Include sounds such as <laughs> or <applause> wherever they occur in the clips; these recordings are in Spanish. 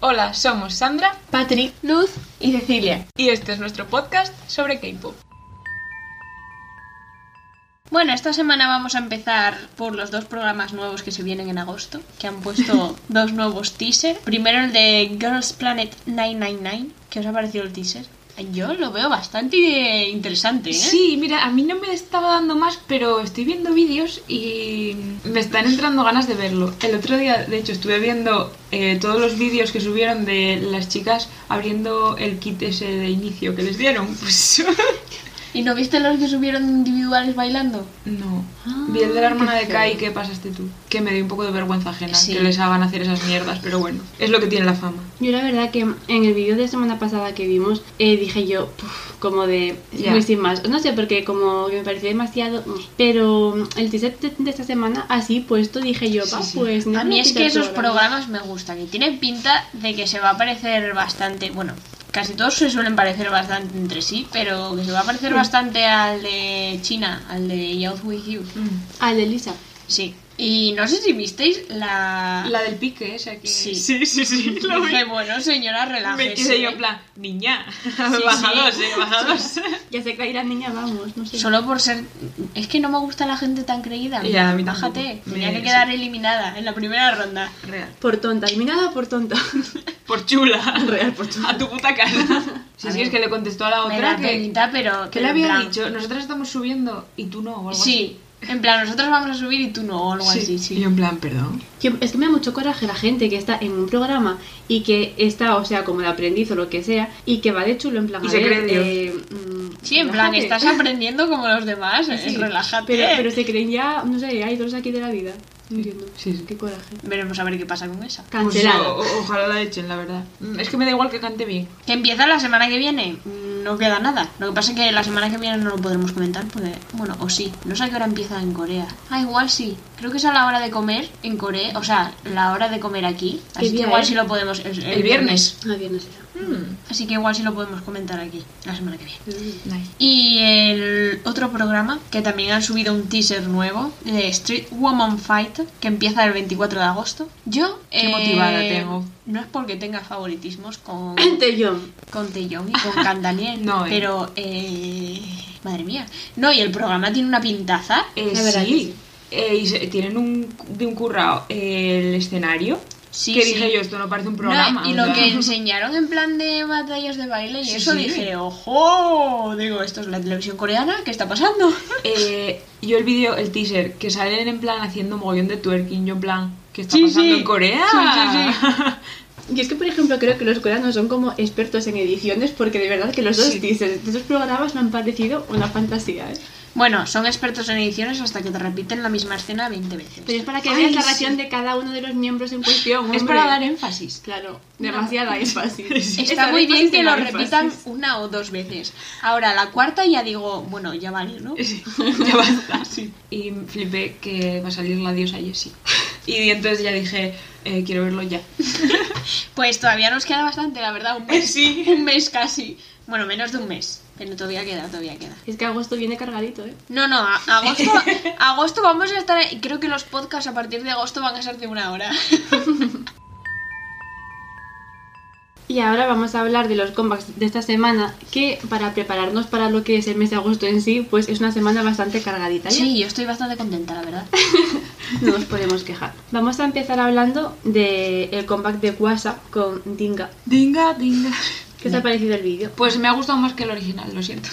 Hola, somos Sandra, Patrick, Luz y Cecilia. y este es nuestro podcast sobre K-pop. Bueno, esta semana vamos a empezar por los dos programas nuevos que se vienen en agosto, que han <laughs> puesto dos nuevos teaser. Primero el de Girls Planet 999, que os ha parecido el teaser. Yo lo veo bastante interesante, ¿eh? Sí, mira, a mí no me estaba dando más, pero estoy viendo vídeos y me están entrando ganas de verlo. El otro día, de hecho, estuve viendo eh, todos los vídeos que subieron de las chicas abriendo el kit ese de inicio que les dieron. Pues <laughs> ¿Y no viste los que subieron individuales bailando? no. Ah, Vi el de la hermana qué de feo. Kai, ¿qué pasaste tú? Que me dio un poco de vergüenza ajena Sí. que les hagan hacer esas mierdas, pero bueno, es lo que tiene la fama. Yo la verdad que en el vídeo de la semana pasada que vimos eh, dije yo, "Puf", como de Ya. muy sin más. No sé, porque como que me pareció demasiado. mm. Pero mm, el teaser de, de esta semana así puesto dije yo, Sí, va, sí. pues no A mí es pinta que el esos programa. programas me gustan y tienen pinta de que se va a parecer bastante, bueno, casi todos se suelen parecer bastante entre sí, pero que se va a Hmm. parecer bastante al de China, al de Youth With You. Mm. Al Ah, de Lisa. Sí. Y no sé si visteis la... <laughs> Ah. La del pique esa que... Sí. sí, sí, sí, <laughs> lo vi. Dije, bueno, señora, Me relájese. quedé yo en plan, niña, <laughs> sí. bajados, eh, bajados. <laughs> Ya sé que irá niña, vamos, no sé. Solo por ser... Es que no me gusta la gente tan creída. Ya, a mí tampoco. Bájate. Me- Tenía que sí. quedar eliminada en la primera ronda. Real. Por tonta, mi nada por tonta. <laughs> Por chula. Real, por chula. A tu puta cara. <laughs> Sí, A sí, ver. es que le contestó a la Me otra da que... penita, pero... ¿Qué pero le en había plan- dicho? Nosotras estamos subiendo y tú no, o algo Sí. En plan, nosotros vamos a subir y tú no, o algo así. así, sí. Y yo en plan, perdón. Que es que me da mucho coraje la gente que está en un programa y que está, o sea, como de aprendiz o lo que sea, y que va de chulo en plan. Y a se cree ver, Dios. eh, mm, Sí, en plan, relájate. estás aprendiendo como los demás, eh, Sí, relájate. Pero, pero se creen ya, no sé, hay dos aquí de la vida. No entiendo. Sí, sí. Qué coraje. Veremos a ver qué pasa con esa. Pues, Cancelado. o- ojalá la echen, la verdad. Mm, Es que me da igual que cante bien. Que empieza la semana que viene. Mm, No queda nada. Lo que pasa es que la semana que viene no lo podremos comentar porque, bueno, o sí. No sé a qué hora empieza en Corea. Ah, igual sí. Creo que es a la hora de comer en Corea. O sea, la hora de comer aquí. ¿Qué Así que día ¿eh? igual es? sí lo podemos. El, El viernes. Ah, bien, no será. Así que igual sí lo podemos comentar aquí la semana que viene. Nice. Y el otro programa, que también han subido un teaser nuevo, de Street Woman Fight, que empieza el 24 de agosto. Yo... eh, Qué motivada tengo. No es porque tenga favoritismos <coughs> con, Gente, yo. con Taeyong y con <laughs> Candaniel, No, eh. pero... eh, madre mía. No, y el programa tiene una pintaza. Eh, La verdad sí. Eh, y se- tienen un, de un currao eh, el escenario. Sí, que sí. dije yo, esto no parece un No, programa. y o lo sea. que enseñaron en plan de batallas de baile y Sí, eso sí. dije, ojo, digo, esto es la televisión coreana, ¿qué está pasando? <laughs> Eh, yo el vídeo, el teaser, que salen en plan haciendo mogollón de twerking, yo en plan, ¿qué está Sí, pasando sí. en Corea? Sí, <laughs> Y es que, por ejemplo, creo que los coreanos son como expertos en ediciones porque de verdad que los dos Sí. teasers de esos programas me han parecido una fantasía, ¿eh? Bueno, son expertos en ediciones hasta que te repiten la misma escena 20 veces. Pero es para que Ay, veas la sí. reacción de cada uno de los miembros en cuestión. es hombre. para dar énfasis. Claro, demasiada <laughs> énfasis. Está muy bien que lo repitan una o dos veces. Ahora, la cuarta ya digo, bueno, ya vale, ¿no? Sí, <laughs> ya basta, sí. Y flipé que va a salir la diosa Jessie. Y entonces ya dije, eh, quiero verlo ya. Pues todavía nos queda bastante, la verdad, un mes. <laughs> Sí. <laughs> Un mes casi. Bueno, menos de un mes. Pero todavía queda, todavía queda. Es que agosto viene cargadito, ¿eh? No, no, a- <laughs> agosto, agosto vamos a estar. y Creo que los podcasts a partir de agosto van a ser de una hora. Y ahora vamos a hablar de los comebacks de esta semana, que para prepararnos para lo que es el mes de agosto en sí, pues es una semana bastante cargadita. ¿ya? Sí, yo estoy bastante contenta, la <laughs> verdad. No nos podemos quejar. Vamos a empezar hablando del el comeback de WhatsApp con Dinga. Dinga, dinga. ¿Qué te ha parecido el vídeo? Pues me ha gustado más que el original, lo siento.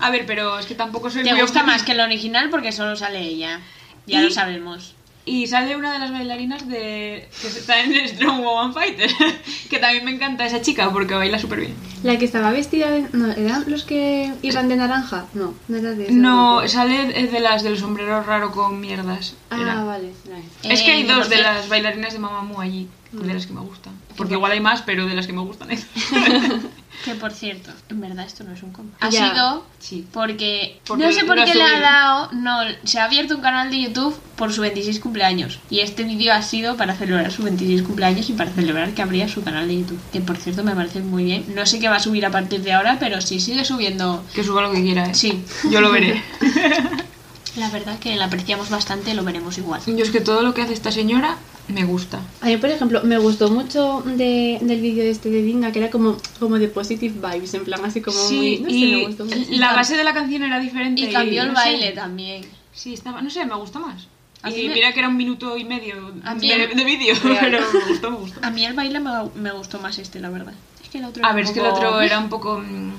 A ver, pero es que tampoco soy Te muy gusta fan. más que el original porque solo sale ella. Ya Y- lo sabemos. Y sale una de las bailarinas de que está en Strong Woman Fighter, <laughs> que también me encanta esa chica porque baila súper bien. La que estaba vestida de... No, ¿eran los que iban de naranja? No, no era de ese No, grupo. sale eh, de las del sombrero raro con mierdas. Era. Ah, vale. vale. Es que hay Eh, Mm. dos por de cierto- las bailarinas de Mamamoo allí, de las que me gustan. Porque igual hay más, pero de las que me <laughs> gustan. es. Que por cierto, en verdad esto no es un combo. Ha Ya. sido sí. porque, Porque no sé por lo ha qué le ha subido. dado, no, se ha abierto un canal de YouTube por su 26 cumpleaños y este vídeo ha sido para celebrar su 26 cumpleaños y para celebrar que abría su canal de YouTube, que por cierto me parece muy bien. No sé qué va a subir a partir de ahora, pero si sigue subiendo, Que suba lo que quiera, ¿eh? sí. Yo lo veré. La verdad que la apreciamos bastante, lo veremos igual. Yo es que todo lo que hace esta señora me gusta. A mí, por ejemplo, me gustó mucho de- del vídeo este de Dinga, que era como, como de positive vibes, en plan así como muy... No sé, me gustó mucho. y la base de la canción era diferente. Y cambió el no sé. baile también. Sí, estaba, no sé, me gustó más. A y mí me- mira que era un minuto y medio A mí de, el- de vídeo, <laughs> Real. pero me gustó, me gustó. A mí el baile me, me gustó más este, la verdad. Es que el otro A era ver, un es que el otro poco- era un poco... mm,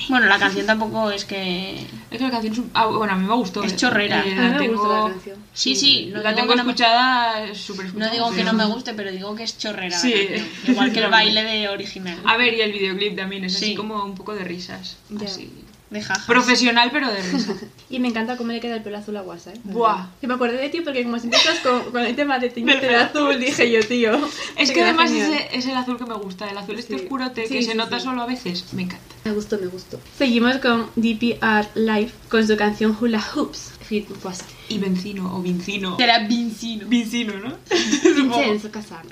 <laughs> Bueno, la canción tampoco es que... Es que la canción es un- ah, bueno, a mí me gustó. Es chorrera. Eh, A mí la me tengo, gustó la canción. Sí, sí, no la digo tengo que no me- escuchada, eh, súper No escuchada, digo que no pero- me guste, pero digo que es chorrera. la Sí. Ah, canción. Igual que el baile de original. A ver, y el videoclip también, es así Sí. como un poco de risas. Ya. Así. De jajas. Profesional, pero de risa. Y me encanta cómo le queda el pelo azul a Guasa, ¿eh? Buah. Que me acordé de ti porque como siempre estás con, con el tema de teñirte de azul, dije yo, tío. Es te que queda además genial. ese- es el azul que me gusta, el azul este Sí. oscurote Sí, que se sí, nota sí. solo a veces. Me encanta. Me gustó, me gustó. Seguimos con DPR Live con su canción Hula Hoops. pues, Fit Guasa. Y Vencino o Vincino. Será Vincino. Vincino, ¿no? Oh. Vincenzo Casano.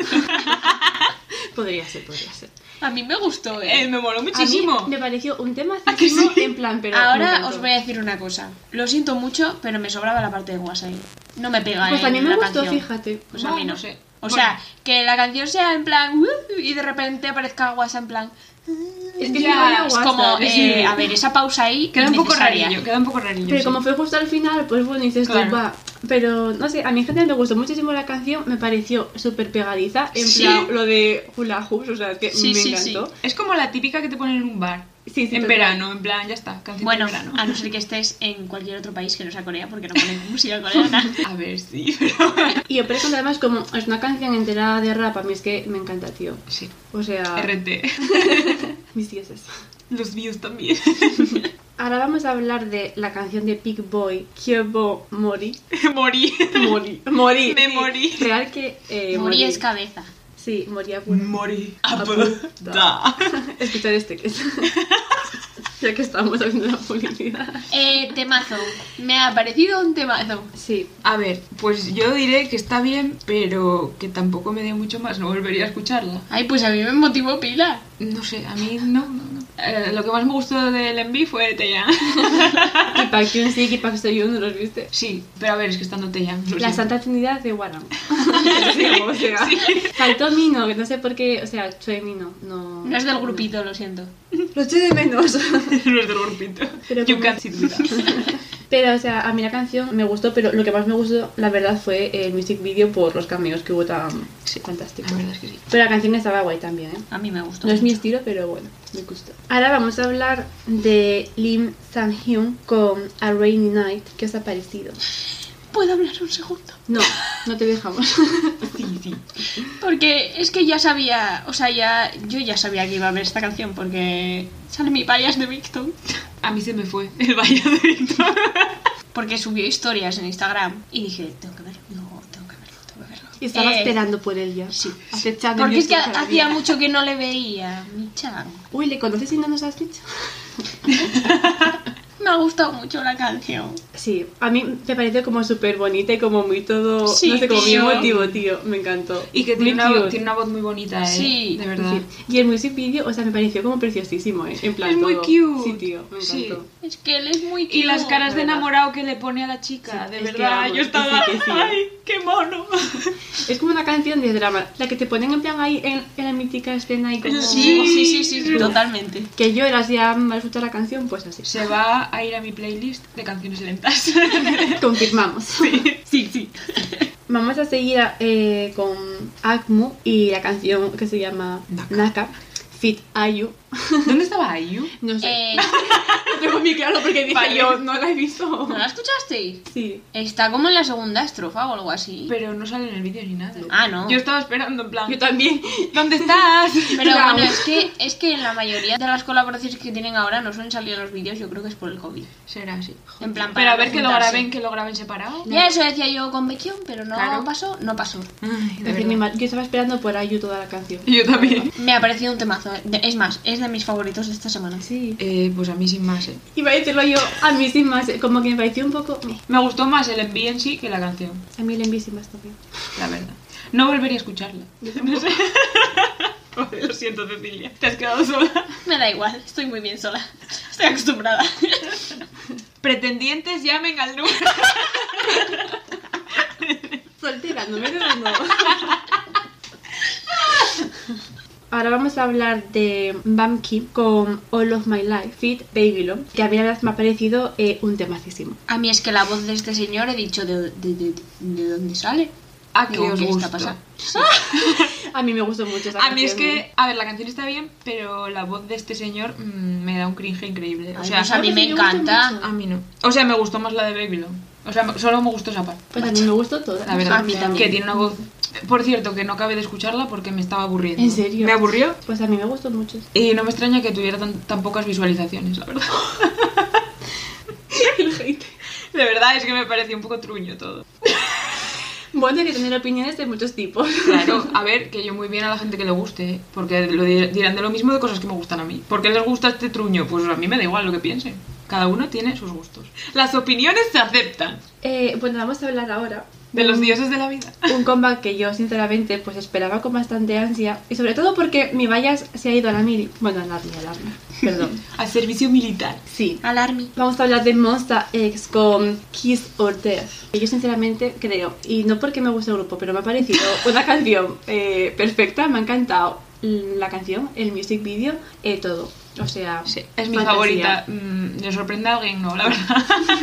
podría ser, podría ser. A mí me gustó, Eh, ¿eh? me moló A mí muchísimo. me pareció un tema ¿A que císimo sí? en plan, pero... me Ahora encantó. os voy a decir una cosa. Lo siento mucho, pero me sobraba la parte de WhatsApp. No me pega Pues en a mí me la gustó, canción. fíjate. Pues a mí No, no. no sé. O Bueno. sea, que la canción sea en plan... "Uh", Y de repente aparezca WhatsApp en plan... Es que no había Ya, es WhatsApp, como... es eh, que- a ver, esa pausa ahí... <laughs> Queda un poco innecesaria. rarillo, queda un poco rarillo. Pero sí. como fue justo al final, pues bueno, dices tú, Claro. va. Pero no sé, a mí en general me gustó muchísimo la canción, me pareció súper pegadiza. En Sí. plan, lo de Hula Hoops, o sea, que Sí, me sí, sí. encantó. Es como la típica que te ponen en un bar. Sí, sí, en total. verano, en plan, ya está, canción Bueno, de verano. a no ser que estés en cualquier otro país que no sea Corea, porque no ponen <laughs> música coreana. A ver, sí, <laughs> pero... Y yo, por ejemplo, además, como es una canción entera de rap, a mí es que me encanta, tío. Sí, O sea, RT. mis dioses. Los míos también. Ahora vamos a hablar de la canción de Big Boy, Kyobo Mori. <laughs> Morí. Mori. <laughs> Mori. Me sí. morí. Real que. Eh, Morí es cabeza. Sí, moría por. <laughs> Morí. Ah, pues, Apuda. Escuchar este que <laughs> es. ya que estamos haciendo la publicidad. Eh, temazo. Me ha parecido un temazo. Sí. A ver, pues yo diré que está bien, pero que tampoco me dio mucho más, no volvería a escucharla. Ay, pues a mí me motivó pila. No sé, a mí no. no, no. Eh, lo que más me gustó del envi fue Taeyang. <laughs> Y Park Hyun Sik y Park Seo ¿no los viste? Sí, pero a ver, es que estando Taeyang. lo La siento. <laughs> Santa Trinidad de Warham. <laughs> sí, o sea. Faltó Mino, que no sé por qué. O sea, Chue Mino. No, No es del grupito, lo siento. Lo eché de menos. Los del grupito. Pero you como- can't sit with us. pero, o sea, a mí la canción me gustó, pero lo que más me gustó, la verdad, fue el music video por los cameos que hubo tan Sí. fantásticos. La verdad es que sí. Pero la canción estaba guay también, ¿eh? A mí me gustó. No es mi estilo, pero bueno, me gusta. Ahora vamos a hablar de Lim Sang-hyun con A Rainy Night. ¿Qué os ha parecido? ¿Puedo hablar un segundo? No, no te dejamos. Sí, sí. Porque es que ya sabía, o sea, ya yo ya sabía que iba a ver esta canción porque sale mi payas de Victon. A mí se me fue el baile de Víctor. Porque subió historias en Instagram y dije, tengo que verlo, no, tengo que verlo, tengo que verlo. Y estaba Eh, esperando por él ya. Sí. Acechando Porque en es que YouTube hacía todavía. mucho que no le veía, mi chan. Uy, ¿le conoces y no nos has dicho? Me ha gustado mucho la canción. Sí, a mí me pareció como súper bonita y como muy todo... Sí, no sé, como muy tío. emotivo, tío. Me encantó. Y que Muy tiene una, cute. tiene una voz muy bonita, ¿eh? Sí, de verdad. Sí. Y el music video, o sea, me pareció como preciosísimo, ¿eh? En plan Es muy todo. cute. Sí, tío, me Sí. encantó. Es que él es muy Y las cute. caras de verdad. enamorado que le pone a la chica, Sí, de es que verdad. vamos, Yo estaba, que sí, que sí. ay, qué mono. Es como una canción de drama, la que te ponen en plan ahí en, en la mítica escena y como... Sí, sí, sí, sí, totalmente. que lloras ya al escuchar "Ah, la canción, <laughs> pues así. Se va a ir a mi playlist de <laughs> canciones lentas. Confirmamos. Sí, sí. Vamos a seguir eh, con Akmu y la canción que se llama Naka. Naka, Fit Ayu. ¿Dónde estaba Ayu? No sé. Eh, Tengo muy claro porque dije Vale. yo, no la he visto. ¿No la escuchasteis? Sí. Está como en la segunda estrofa o algo así. Pero no sale en el vídeo ni nada. Ah, no. Yo estaba esperando, en plan, Yo también. ¿dónde <laughs> estás? Pero Claro. bueno, es que, es que en la mayoría de las colaboraciones que tienen ahora no suelen salir en los vídeos, yo creo que es por el COVID. Será así. En plan, Pero para a ver no que lo juntarse. graben, que lo graben separado. Ya eso decía yo con Bequión, pero no Claro. pasó, no pasó. Ay, de Es que verdad. ni mal- Yo estaba esperando por Ayu toda la canción. Yo <laughs> también. Me ha parecido un temazo. eh. De- Es más, es de mis favoritos de esta semana. <laughs> Sí. Eh, pues a mí sin más, eh. Iba a decirlo yo a mí sin más, como que me pareció un poco... eh. Me gustó más el envío en sí que la canción, A mí el envío sin más también. la verdad. No volvería a escucharla. <laughs> No sé. Joder, Lo siento, Cecilia. Te has quedado sola. <laughs> Me da igual, estoy muy bien sola. <laughs> Estoy acostumbrada. Pretendientes llamen al número. Soltera, número uno. <laughs> Ahora vamos a hablar de Bamki con All of My Life, Fit Babylon, que a mí la verdad me ha parecido eh, un temacísimo. A mí es que la voz de este señor he dicho de, de, de, de dónde sale. ¿A Ah, qué Digo, os ¿qué gusta? está pasando? <laughs> <laughs> A mí me gustó mucho esa A mí es canción. que, a ver, la canción está bien, pero la voz de este señor mm, me da un cringe increíble. O Ay, sea, pues a mí sí, me me gusta encanta. <laughs> mucho. a mí no. O sea, me gustó más la de Babylon. O sea, me- solo me gustó esa parte. Pues a mí me gustó toda. La verdad, A mí también. que tiene una voz. Por cierto, que no acabé de escucharla porque me estaba aburriendo. ¿En serio? Me aburrió Pues a mí me gustó mucho. y no me extraña que tuviera tan, tan pocas visualizaciones, <laughs> la verdad. El hate. De verdad, es que me pareció un poco truño todo. Bueno, hay que tener opiniones de muchos tipos. <laughs> Claro, a ver, que yo muy bien a la gente que le guste, ¿eh? porque lo di- dirán de lo mismo de cosas que me gustan a mí. ¿Por qué les gusta este truño? Pues a mí me da igual lo que piensen. Cada uno tiene sus gustos. Las opiniones se aceptan Eh, bueno, vamos a hablar ahora de Mm. los dioses de la vida. un comeback que yo sinceramente pues esperaba con bastante ansia y sobre todo porque mi vallas se ha ido a la mili. Bueno, a la mili, a la mili. Perdón. Al servicio militar. Sí. Alarmi. Vamos a hablar de Monster X con Kiss or Death. Yo sinceramente creo, y no porque me guste el grupo, pero me ha parecido una canción eh, perfecta, me ha encantado la canción, el music video, eh, todo. O sea, Sí, es mi fantasía. favorita. Mm, ¿Le sorprende a alguien? No, la verdad. <laughs>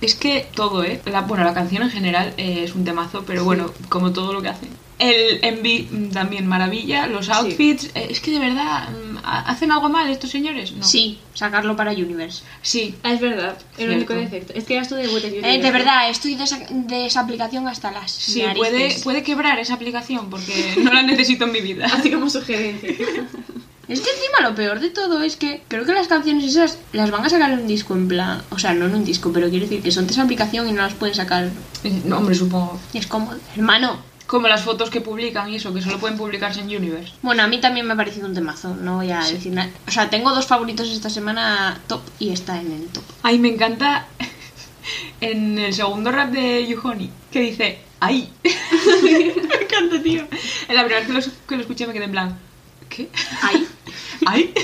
es que todo, ¿eh? La, bueno, la canción en general eh, es un temazo, pero bueno, como todo lo que hacen. El MV mm, también maravilla, los outfits. eh, es que de verdad, mm, ¿ha- ¿hacen algo mal estos señores? No. Sí, sacarlo para Universe. Sí. Ah, Es verdad, el Cierto. único defecto. Es que ya estuve de vuelta y Eh, de verdad, estoy de esa, de esa aplicación hasta las Sí, puede, narices. puede quebrar esa aplicación porque <laughs> no la necesito en mi vida. Así como sugerencia. Es que encima lo peor de todo es que creo que las canciones esas las van a sacar en un disco en plan... O sea, no en un disco, pero quiero decir que son de esa aplicación y no las pueden sacar. No, hombre, supongo. Y es como, hermano... Como las fotos que publican y eso, que solo pueden publicarse en Universe. Bueno, a mí también me ha parecido un temazo, no voy a decir nada. O sea, tengo dos favoritos esta semana top y está en el top. Ay, me encanta <laughs> en el segundo rap de Yuhoni, que dice, ¡ay! <laughs> me encanta, tío. En la primera vez que lo, es- que lo escuché me quedé en plan, ¿qué? <laughs> Ahí. ¡Ay! <laughs>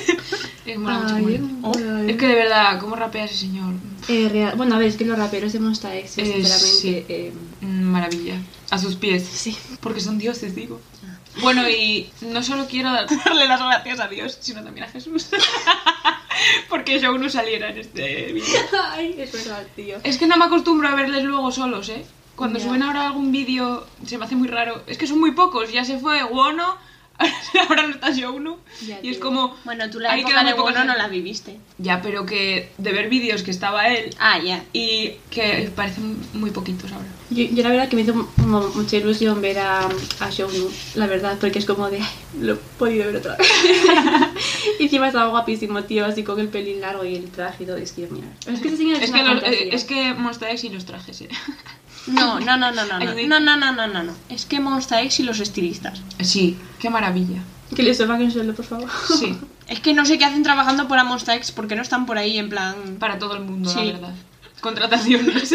Es, mola mucho, Ay, mola. ay. es que de verdad, ¿cómo rapea ese señor? Eh, real- Bueno, a ver, es que los raperos de Monsta X, Eh, sinceramente. sí. eh, Mm, Maravilla. A sus pies. sí. Porque son dioses, digo. Bueno, y no solo quiero dar- <laughs> darle las gracias a Dios, sino también a Jesús. <laughs> Porque yo no saliera en este vídeo. Ay, es verdad, tío. Es que no me acostumbro a verles luego solos, ¿eh? Cuando Ya. suben ahora algún vídeo se me hace muy raro. Es que son muy pocos, ya se fue Wono, <laughs> ahora no está Shouno. Ya, Y es tío. como... Bueno, tú la ahí época queda muy de poca Bono no gente. la viviste. Ya, pero que de ver vídeos que estaba él Ah, ya. y que parecen muy poquitos ahora. Yo, yo la verdad que me hizo como mucha ilusión ver a, a Shownu, la verdad, porque es como de, "Ay, lo he podido ver otra vez. <laughs> y encima estaba guapísimo, tío, así con el pelín largo y el traje y todo, es que mira. Es que ese señor es, Es una que, los- fantasía. eh, es que Monster X y los trajes, ¿eh? No, no, no, no, no, no, Ayudita. no, no, no, no, no, no. Es que Monsta X y los estilistas. <laughs> Sí, qué maravilla. Que le soban el suelo, por favor. Sí, Es que no sé qué hacen trabajando para Monsta X porque no están por ahí en plan... <laughs> para todo el mundo, Sí. la verdad. <laughs> Contrataciones.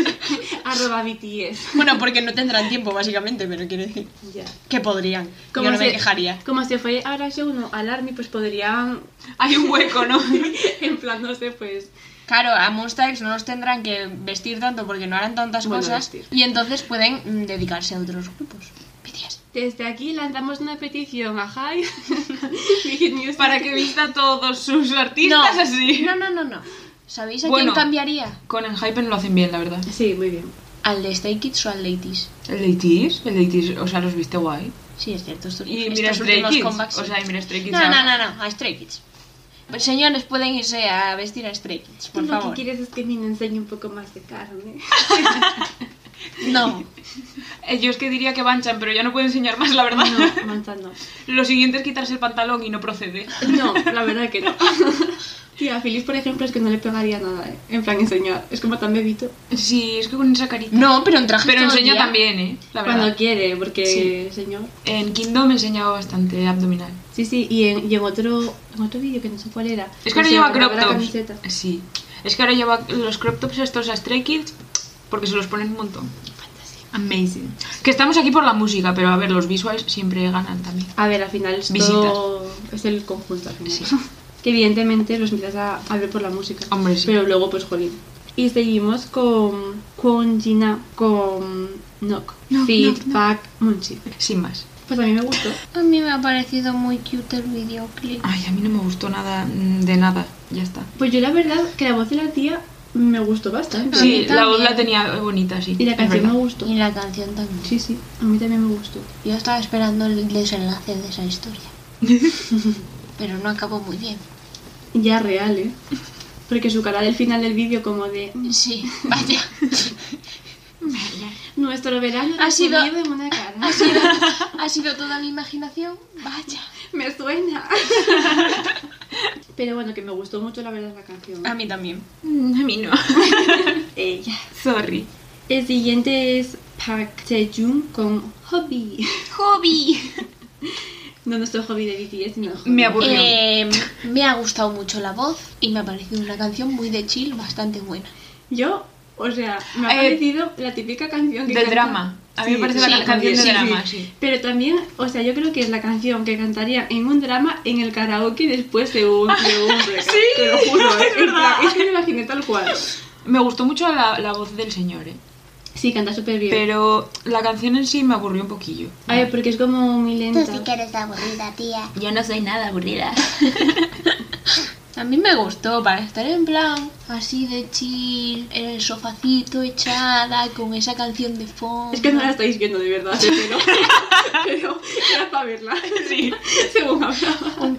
Arroba BTS. Bueno, porque no tendrán tiempo básicamente, pero quiero decir Ya. que podrían. Yo no me quejaría. Como se fue ahora Shownu al Army, pues podrían, Hay un hueco, <laughs> ¿no? <laughs> en plan, no sé, pues... Claro, a Monsta X no los tendrán que vestir tanto porque no harán tantas Bueno, cosas vestir. y entonces pueden mm, dedicarse a otros grupos. BTS. Desde aquí lanzamos una petición a Jai. <laughs> Big Hit Music. Para que vista a todos sus artistas no, así. No, no, no, no. ¿Sabéis a Bueno. quién cambiaría? Con el Hypen lo hacen bien, la verdad. Sí, muy bien. ¿Al de Stay Kids o al de ITs? El de ITs, el de ITs, o sea, los viste guay. Sí, es cierto. estos- Y estos mira Stray últimos Kids, comebacks, o sí. sea, y mira Stray Kids. No, no, ahora. no, no, a Stray Kids. Pues, señores, pueden irse a vestir a Stray Kids, por Tú Pues lo favor. que quieres es que Mina enseñe un poco más de <laughs> carne. No, <laughs> Eh, Yo es que diría que banchan, pero ya no puedo enseñar más, la verdad. No, Manta no. <laughs> Lo siguiente es quitarse el pantalón y no procede. No, la verdad que no. <laughs> Tía, a Feliz, por ejemplo, es que no le pegaría nada, ¿eh? En plan, enseñar. Es como tan bebito. Sí, es que con esa carita. no, pero en traje Pero todo el enseña día. también, ¿eh? La verdad. Cuando quiere, porque, señor. En Kingdom me enseñaba bastante abdominal. Sí, sí, y en, y en otro, en otro vídeo que no sé cuál era. Pues Es que ahora se lleva agarraba crop la tops. camiseta. Sí. Es que ahora lleva los crop tops estos a Stray Kids porque se los ponen un montón. Amazing. Que estamos aquí por la música, pero a ver, los visuals siempre ganan también. A ver, al final es Visitas. todo... Es el conjunto, al final. <laughs> Que evidentemente los invitas a, a ver por la música. Hombre, sí. Pero luego, pues, jolín. Y seguimos con Kwon Jina, con Knock, Knock, Feedback Knock, Knock. Munchie. Sin más. Pues a mí me gustó. A mí me ha parecido muy cute el videoclip. Ay, a mí no me gustó nada mm, de nada. Ya está. Pues yo la verdad que la voz de la tía me gustó bastante. A mí Sí, la voz también. la tenía bonita, sí. Y la es canción me verdad. gustó. Y la canción también. Sí, sí, a mí también me gustó. Yo estaba esperando el desenlace de esa historia. <laughs> Pero no acabó muy bien. Ya real, ¿eh? Porque su cara del final del vídeo como de... Sí, vaya. Nuestro verano Ha sido- resumido en una cara. Ha sido, ha sido toda mi imaginación. Vaya. Me suena. Pero bueno, que me gustó mucho la verdad la canción. A mí también. Mm, A mí no. <laughs> Eh, ya. Sorry. El siguiente es Park Sejun con Hobby. <laughs> Hobby. No nuestro hobby de BTS, sino el hobby. Me aburrió. Em, me ha gustado mucho la voz y me ha parecido una canción muy de chill, bastante buena. Eh, Yo, o sea, me ha Eh, parecido la típica canción que del canta- drama. A mí me parece la canción también, de drama, sí. Pero también, o sea, yo creo que es la canción que cantaría en un drama en el karaoke después de un, de un <laughs> breakup. Sí, te lo juro. es ¿eh? En plan, verdad. Es que me imaginé tal cual. Me gustó mucho la, la voz del señor, eh. Sí, canta súper bien. Pero la canción en sí me aburrió un poquillo. A ver, porque es como muy lenta. eres aburrida, tía. Yo no soy nada <laughs> aburrida. A mí me gustó para estar en plan así de chill, en el sofacito echada, con esa canción de fondo. Es que no la estáis viendo de verdad, pero, <laughs> pero era para verla. Sí, <laughs> según hablaba. Un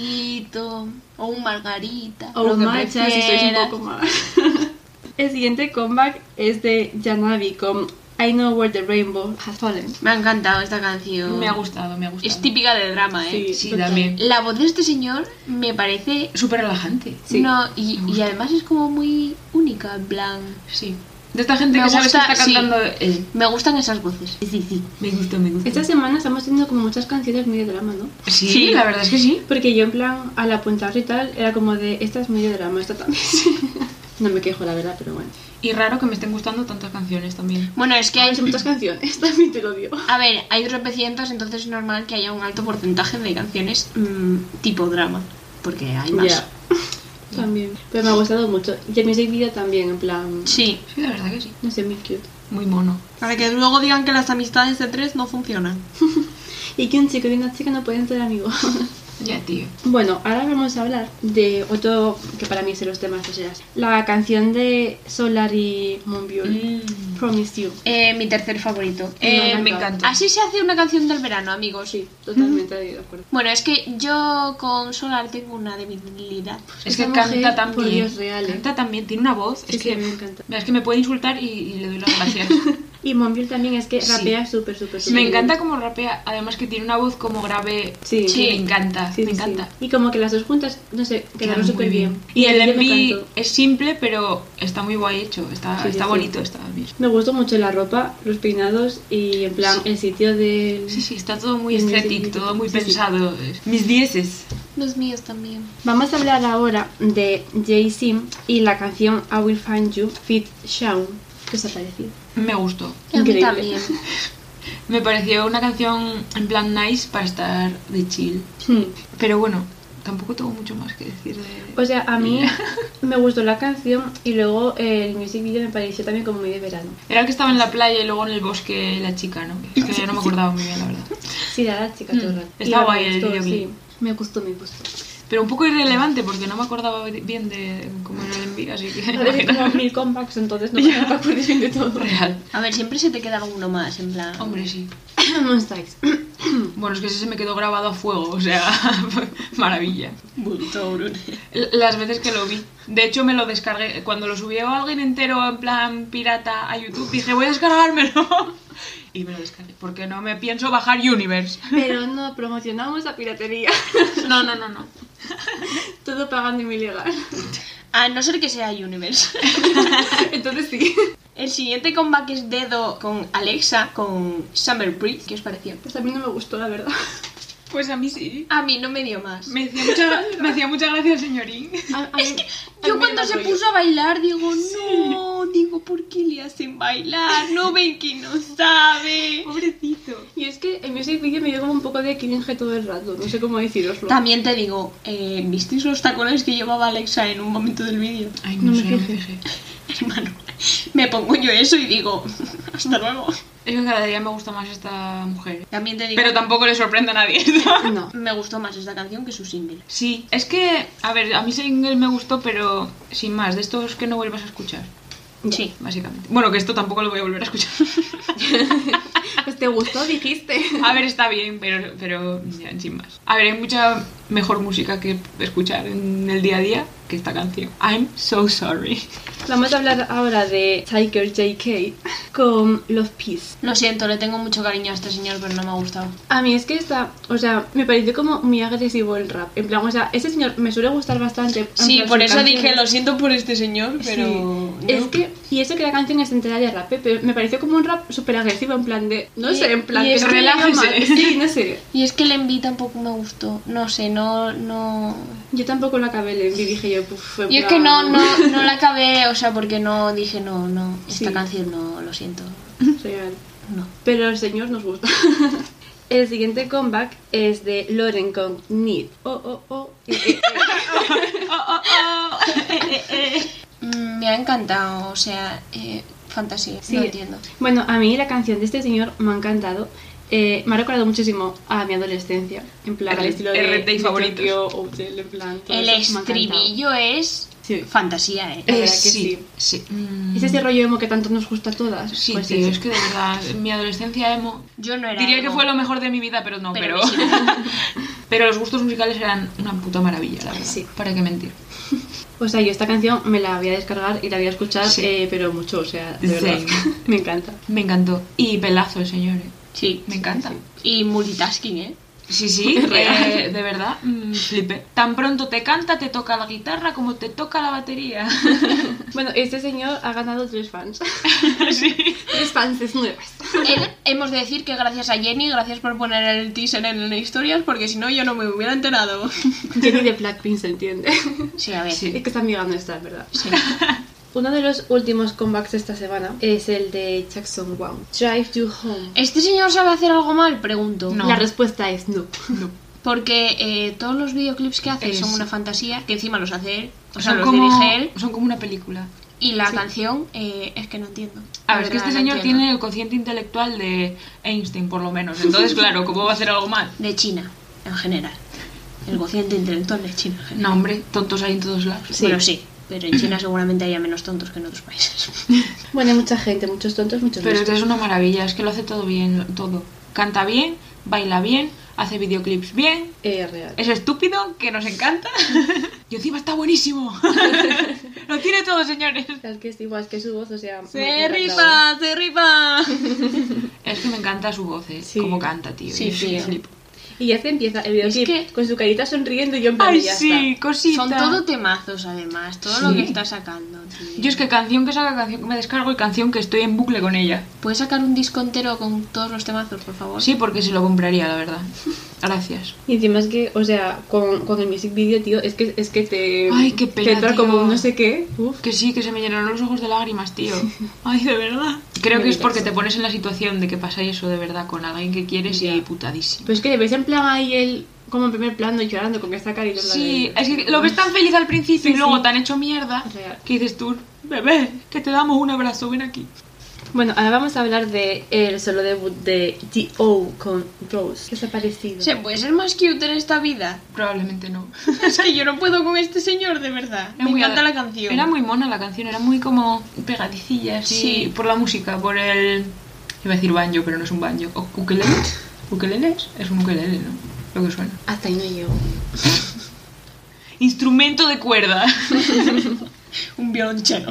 cafecito o un margarita. O lo que marcha, si sois un prefieras. poco más. <laughs> El siguiente comeback es de Yanabi con I Know Where the Rainbow Has Fallen. Me ha encantado esta canción. Me ha gustado, me ha gustado. Es típica de drama, ¿eh? Sí. Sí, total. también. La voz de este señor me parece... Súper relajante. Sí. No, y, Me y gusta. además es como muy única, en plan... Sí. De esta gente Me que sabes que gusta, está sí. cantando él. Me gustan esas voces. Sí, sí. Me gustó, me gustó. Esta semana estamos teniendo como muchas canciones muy de drama, ¿no? Sí, Sí. la verdad es que sí. Porque yo en plan, al apuntarlo y tal, era como de, esta es muy de drama, esta también. <laughs> no me quejo, la verdad, pero bueno. Y raro que me estén gustando tantas canciones también. Bueno, es que Hay hay... muchas canciones, <laughs> también te lo digo. A ver, hay tropecientas, entonces es normal que haya un alto porcentaje de canciones mm, tipo drama. Porque hay más. Ya. <laughs> También. Pero me ha gustado mucho. Y el music video también, en plan, Sí. Sí, la verdad que sí. no sé, muy cute. Muy mono. Para que luego digan que las amistades de tres no funcionan. Y que un chico y una chica no pueden ser amigos. <laughs> Ya, tío. bueno, ahora vamos a hablar de otro que para mí es de los temas, o sea, la canción de Solar y Moonbyul, Mm. Promise You. Eh, mi tercer favorito. Eh, Me me encanta. encanta. Así se hace una canción del verano, Oh, amigos. Sí, totalmente de acuerdo. Bueno, es que yo con Solar tengo una debilidad. es que esta canta mujer, también. por Dios, real, ¿eh? Canta también, tiene una voz. Sí, es sí, que me encanta. Mira, Es que me puede insultar y, y le doy las gracias. Y Monbiul también es <laughs> que Sí. rapea súper, súper, súper. me bien. encanta cómo rapea, además que tiene una voz como grave. Sí. me encanta, Sí, me sí, encanta. sí. Y como que las dos juntas, no sé, Queda quedaron muy súper bien. Y el video MV tanto. es simple, pero está muy guay hecho. Está, Sí, está sí, bonito, está bien. Me gustó mucho la ropa, los peinados y en plan el sitio del... Sí, sí, está todo muy Sí, sí, estético, sí, sí. todo muy Sí, sí. pensado. Mis dieces. Los míos también. Vamos a hablar ahora de Jay Sim y la canción I Will Find You Fit Shawn. ¿Qué os ha parecido? Me gustó. Y a mí Increíble. también. Me pareció una canción en plan nice para estar de chill. Hmm. Pero bueno, tampoco tengo mucho más que decir de... O sea, a mí <laughs> me gustó la canción y luego el music video me pareció también como muy de verano. Era el que estaba en la playa y luego en el bosque la chica, ¿no? Es que ya no me acordaba muy bien, la verdad. Sí, la las chicas Hmm. todo el rato. Está Y me guay el gustó, videoclip. sí. Me gustó, <laughs> me gustó. Pero un poco irrelevante porque no me acordaba bien de cómo era el envío, así que... A <laughs> ver, como mil comebacks, entonces no me acuerdo bien de todo. Real. A ver, siempre se te queda alguno más, en plan. Hombre, sí. Monsters. Bueno, es que ese se me quedó grabado a fuego, o sea, <laughs> maravilla. L- Las veces que lo vi. De hecho, me lo descargué. Cuando lo subió alguien entero en plan pirata a YouTube, dije, voy a descargármelo. <laughs> Y me lo descargué. Porque no me pienso bajar Universe. <laughs> Pero no promocionamos la piratería. <laughs> No, no, no, no. Todo pagando y <laughs> muy legal. A no ser que sea Universe. <laughs> Entonces sí. El siguiente comeback es Dedo con Alexa, con Summer Breeze. ¿Qué os pareció? Pues a mí no me gustó, la verdad. Pues a mí sí. A mí no me dio más. Me hacía mucha, me hacía mucha gracia el señorín. es que Yo cuando se puso a bailar digo, no, digo, ¿por qué le hacen bailar? No ven que no sabe. Pobrecito. Y es que el music video me dio como un poco de cringe todo el rato. No sé cómo deciroslo. También te digo, eh, ¿visteis los tacones que llevaba Alexa en un momento del vídeo? Ay, No no, me sé, no me fijé. fijé. Hermano, me pongo yo eso y digo, <laughs> hasta luego. Es que cada día me gusta más esta mujer. También te digo, Pero tampoco le sorprende a nadie. No. me gustó más esta canción que su single. Sí, es que, a ver, a mí single me gustó, pero sin más, de estos que no vuelvas a escuchar, Sí. básicamente. Bueno, que esto tampoco lo voy a volver a <laughs> escuchar. Pues te gustó, dijiste. A ver, está bien, pero, pero ya, sin más. A ver, hay mucha mejor música que escuchar en el día a día que esta canción. I'm so <laughs> sorry. Vamos a hablar ahora de Tiger JK con los Peace. Lo siento, le tengo mucho cariño a este señor, pero no me ha gustado. A mí es que está, o sea, me pareció como muy agresivo el rap. En plan, o sea, este señor me suele gustar bastante. en Sí, plan, por sus eso dije, canciones. lo siento por este señor, Sí. pero... no. Es que, y eso que la canción es entera de rap, eh, pero me pareció como un rap súper agresivo, en plan de. No Y- sé, en plan y de. es que relájese. Sí, no sé. Y es que el enví tampoco me gustó. No sé, no... no... Yo tampoco lo acabé de y dije yo, puf. en Y es que no, plan, no, no la acabé, o sea, porque no dije, no, no, esta Sí. canción no, lo siento, real. no. Pero el señor nos gusta. <laughs> El siguiente comeback es de Loren con Need. Oh, oh, oh. eh, eh, eh. oh. Mm, Me ha encantado, o sea, eh, fantasía, Sí. no entiendo. <laughs> Bueno, a mí la canción de este señor me ha encantado. Eh, me ha recordado muchísimo a mi adolescencia. En plan, al R- estilo de. RT y de favoritos. Tokyo Hotel, en plan, todo El eso, me ha encantado. estribillo es Sí. fantasía, ¿eh? La verdad Eh, que sí, sí. Mm, Es ese rollo emo que tanto nos gusta a todas. Sí, Pues tío, ese. es que de verdad, mi adolescencia emo. Yo no era... Diría que emo, fue lo mejor de mi vida, pero no, pero pero. me sirve. <laughs> Pero los gustos musicales eran una puta maravilla, la verdad. Sí. ¿Para qué mentir? O sea, yo esta canción me la voy a descargar y la voy a escuchar, Sí. eh, pero mucho, o sea, de Same. verdad. <laughs> me encanta. Me encantó. Y pelazo el señor, eh. Sí. Me encanta. Y multitasking, ¿eh? Sí, sí, Real. eh, de verdad, mm, flipé. Tan pronto te canta, te toca la guitarra como te toca la batería. Bueno, este señor ha ganado tres fans. <laughs> sí. tres fans nuevas. Él- hemos de decir que gracias a Jenny, gracias por poner el teaser en historias, porque si no yo no me hubiera enterado. Jenny de Blackpink se <laughs> entiende. Sí, a ver. Sí. es que está amiga nuestra, es ¿verdad? Sí. Uno de los últimos comebacks de esta semana es el de Jackson Wang. Drive You Home. ¿Este señor sabe hacer algo mal? Pregunto. No. La respuesta es no. No. Porque eh, todos los videoclips que hace Es- son una fantasía, que encima los hace él, o sea, son, los como, dirige él, son como una película. y la canción eh, es que no entiendo. A La ver, es que verdad, este no señor entiendo. tiene el cociente intelectual de Einstein, por lo menos. Entonces, claro, ¿cómo va a hacer algo mal? De China, en general. El cociente intelectual de China. en general. No, hombre, tontos hay en todos lados. Sí. Bueno, sí, pero en China seguramente haya menos tontos que en otros <laughs> países. Bueno, hay mucha gente, muchos tontos, muchos Pero es que listos. es una maravilla, es que lo hace todo bien, todo. Canta bien, baila bien, hace videoclips bien, Eh, real. es estúpido, que <laughs> nos encanta. Y encima está buenísimo. Lo tiene todo, señores. Es que es igual, es que su voz, o sea... ¡Se rifa, se rifa! Es que me encanta su voz, ¿eh? Sí. Cómo canta, tío. Sí, es tío. flipo. Y ya se empieza el videoclip que- con su carita sonriendo y yo en plan, Ay, ya sí, cosita. Son todo temazos, además, todo lo Sí. que está sacando, tío. Yo es que canción que saca, canción que me descargo y canción que estoy en bucle con ella. ¿Puedes sacar un disco entero con todos los temazos, por favor? Sí, porque se lo compraría, la verdad. Gracias. está. Y encima es que, o sea, con, con el music video, tío, es que, es que te... Ay, qué pena, Te entra tío. como un no sé qué. Uf. Que sí, que se me llenaron los ojos de <laughs> lágrimas, tío. Ay, de verdad. Creo que es porque te pones en la situación de que pasa eso de verdad con alguien que quieres y putadísimo. Pero es que le ves en plan ahí él, como en primer plano, llorando con esta carita. en plan Sí, de- es que lo ves tan feliz al principio Sí, y luego sí. tan hecho mierda Real. que dices tú, bebé, que te damos un abrazo, ven aquí. Bueno, ahora vamos a hablar de el solo debut de G.O. con Rose. ¿Qué os ha parecido? ¿Se puede ser más cute en esta vida? Probablemente no. <laughs> Es que yo no puedo con este señor, de verdad. Era Me muy encanta ad- la canción. Era muy mona la canción, era muy como pegadicilla, así, Sí. por la música, por el... Iba a decir banjo, pero no es un banjo. O ukelele. ¿Ukelele? Es un ukelele, ¿no? Lo que suena. Hasta ahí no llego. Instrumento de cuerda. Un violonchelo.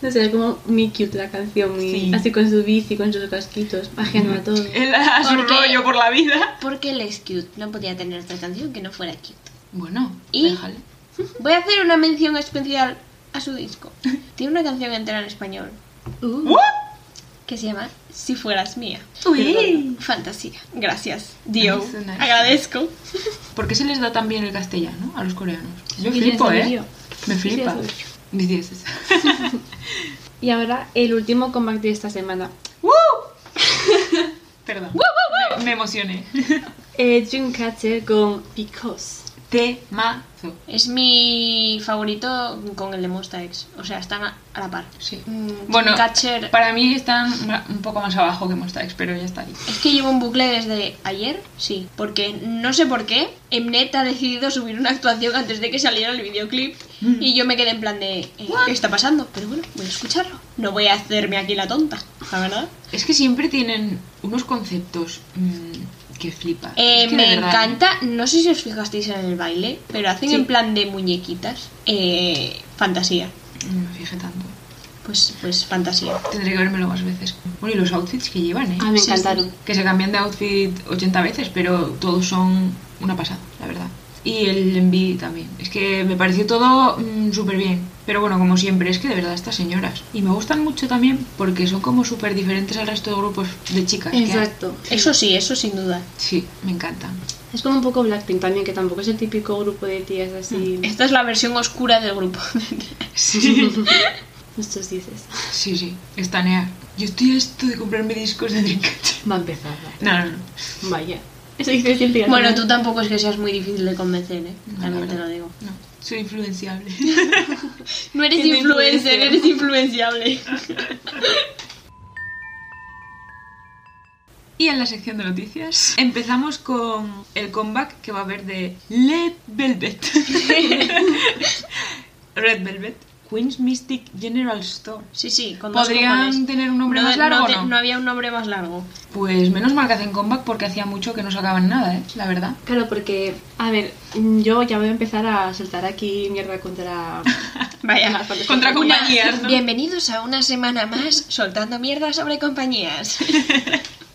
No sé, es como muy cute la canción, muy- Sí. así con su bici, con sus casquitos, ajeno a todo. <laughs> Él a su Porque- rollo por la vida. <laughs> Porque él es cute. No podía tener otra canción que no fuera cute. Bueno, ¿Y? déjale. Voy a hacer una mención especial a su disco. Tiene una canción entera en español Uh. ¿What? que se llama Si fueras mía. Uy. Fantasía. Gracias, Dio. Nice, nice. Agradezco. ¿Por qué se les da tan bien el castellano a los coreanos? Yo Quisiera flipo, saber ¿eh? yo. Me Quisiera flipa. saber Mis <laughs> dieces. Y ahora el último comeback de esta semana. ¡Woo! <laughs> Perdón. Me, me emocioné. Eh, Dreamcatcher con Because. Temazo. Es mi favorito con el de Monsta X. O sea, están a, a la par. Sí. Mm, Bueno, Catcher. Para mí están un poco más abajo que Monsta X, pero ya está ahí. Es que llevo un bucle desde ayer, sí, porque no sé por qué Mnet ha decidido subir una actuación antes de que saliera el videoclip y yo me quedé en plan de eh, ¿qué está pasando? Pero bueno, voy a escucharlo. No voy a hacerme aquí la tonta, la verdad. Es que siempre tienen unos conceptos mm, que flipa. Eh, Es que de me verdad, encanta, no sé si os fijasteis en el baile, pero hacen Sí. en plan de muñequitas eh, fantasía. No me fijé tanto. Pues, pues fantasía. Tendré que vérmelo más veces. Bueno, y los outfits que llevan, ¿eh? Ah, me Sí, encantaron. sí. Que se cambian de outfit 80 veces, pero todos son una pasada, la verdad. Y el envy también. Es que me pareció todo súper bien. Pero bueno, como siempre, es que de verdad estas señoras. Y me gustan mucho también porque son como súper diferentes al resto de grupos de chicas. que hay. Exacto. Eso sí, eso sin duda. Sí, <laughs> me encantan. Es como un poco Blackpink también, que tampoco es el típico grupo de tías así. Esta Mm. es la versión oscura del grupo. <laughs> Sí. Estos dices. sí, sí. Estanear. Yo estoy a esto de comprarme discos de Dreamcatcher. Va a empezar. No, no, no. Vaya. Eso dice siempre. Bueno, tú tampoco es que seas muy difícil de convencer, ¿eh? No, la También te verdad. lo digo. No, <laughs> soy influenciable. No eres Siendo influencer, influencer. eres influenciable. y en la sección de noticias empezamos con el comeback que va a haber de Led <laughs> Velvet. Red Velvet. Queen's Mystic General Store. Sí, sí, con dos cojones. ¿Podrían tener un nombre No, más no largo o te- no? no había un nombre más largo. Pues menos mal que hacen comeback porque hacía mucho que no sacaban nada, ¿eh? La verdad. Claro, porque, a ver, yo ya voy a empezar a soltar aquí mierda <laughs> contra. Vaya. Contra Una- compañías, ¿no? Bienvenidos a una semana más soltando mierda sobre compañías.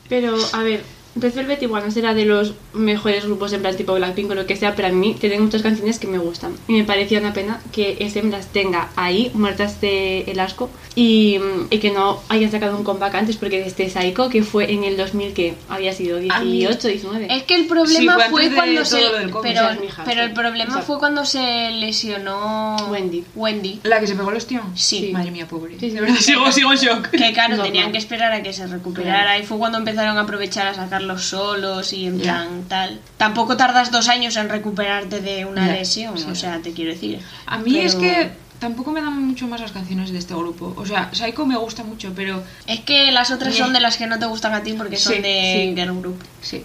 Pero, a ver, Red Velvet igual no será de los mejores grupos en plan tipo Blackpink o lo que sea, pero a mí tienen muchas canciones que me gustan. Y me parecía una pena que SM las tenga ahí, muertas de el asco, y, y que no hayan sacado un comeback antes, porque desde Psycho, que fue en el 2000, que había sido A mí- 18, 19. Es que el problema Sí, fue fue antes de cuando todo se. lo del COVID, Pero, esas mijas, pero sí. el problema Exacto. fue cuando se lesionó. Wendy. Wendy. La que se pegó el ostión. Sí. Madre mía, pobre. Sí, sí. De verdad, sigo, sigo en <laughs> shock. Que claro, Normal. tenían que esperar a que se recuperara. Y fue cuando empezaron a aprovechar a sacarlos solos y en Ya. plan tal. Tampoco tardas dos años en recuperarte de una Ya, lesión. sí. O sea, te quiero decir. A mí Pero- es que tampoco me dan mucho más las canciones de este grupo. O sea, Psycho me gusta mucho, pero Es que las otras Bien. son de las que no te gustan a ti porque son Sí, de sí. girl group. sí.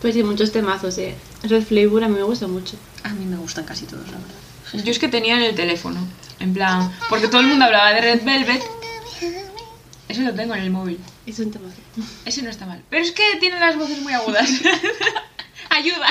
Pues sí, muchos temazos, eh. Red Flavor a mí me gusta mucho. A mí me gustan casi todos, la verdad. Yo es que tenía en el teléfono. En plan, porque todo el mundo hablaba de Red Velvet. Ese lo tengo en el móvil. Es un temazo. Ese no está mal. Pero es que tiene las voces muy agudas. <laughs> Ayuda.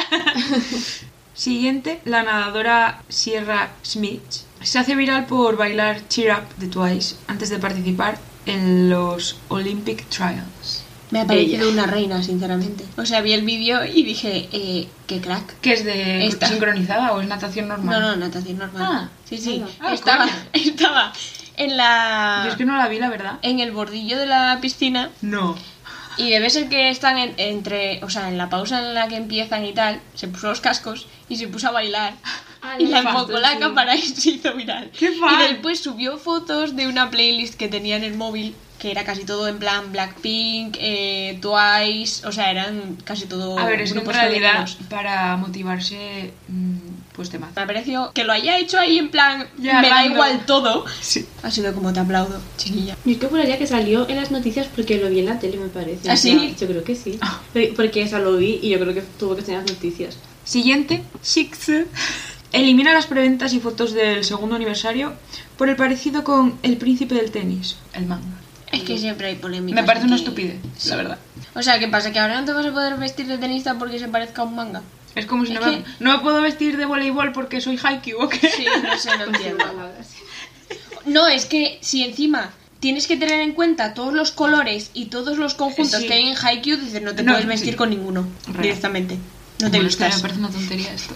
Siguiente, la nadadora Sierra Smith se hace viral por bailar Cheer Up de Twice antes de participar en los Olympic Trials. Me ha Ella. parecido una reina, sinceramente. O sea, vi el vídeo y dije, eh, qué crack. ¿Qué es de Esta. sincronizada o es natación normal? No, no, natación normal. Ah, sí, sí. ah, ah, estaba, coño. <laughs> estaba en la. Yo es que no la vi, la verdad. En el bordillo de la piscina. No. Y debe ser que están en- entre. O sea, en la pausa en la que empiezan y tal. Se puso los cascos y se puso a bailar. Ah, <laughs> Y la Fasto, mocolaca sí. para eso se hizo viral. ¡Qué fan! Y después subió fotos de una playlist que tenía en el móvil, que era casi todo en plan Blackpink, eh, Twice, o sea, eran casi todo. A ver, es que en grupos realidad femeninos. para motivarse, mm, pues te mata. Me pareció que lo haya hecho ahí en plan. Ya, me da random. igual todo. Sí. Ha sido como te aplaudo, chiquilla. Yo es que juraría que salió en las noticias porque lo vi en la tele, me parece. ¿Ah, O sea, sí? Yo creo que sí. Ah. Porque esa lo vi y yo creo que tuvo que estar en las noticias. Siguiente, Six elimina las preventas y fotos del segundo aniversario por el parecido con El príncipe del tenis, el manga. Es que siempre hay polémica. Me parece una estupidez, la verdad. O sea, ¿qué pasa? ¿Que ahora no te vas a poder vestir de tenista porque se parezca a un manga? Es como si Es no, que- me, no me puedo vestir de voleibol porque soy haiku o qué. <laughs> Sí, no sé, Pues no entiendo. Pero No, es que si encima tienes que tener en cuenta todos los colores y todos los conjuntos Sí. que hay en Haikyuu, dices, no te No, puedes vestir sí. con ninguno Real. directamente. No te Bueno, es que vistas. me parece una tontería esto.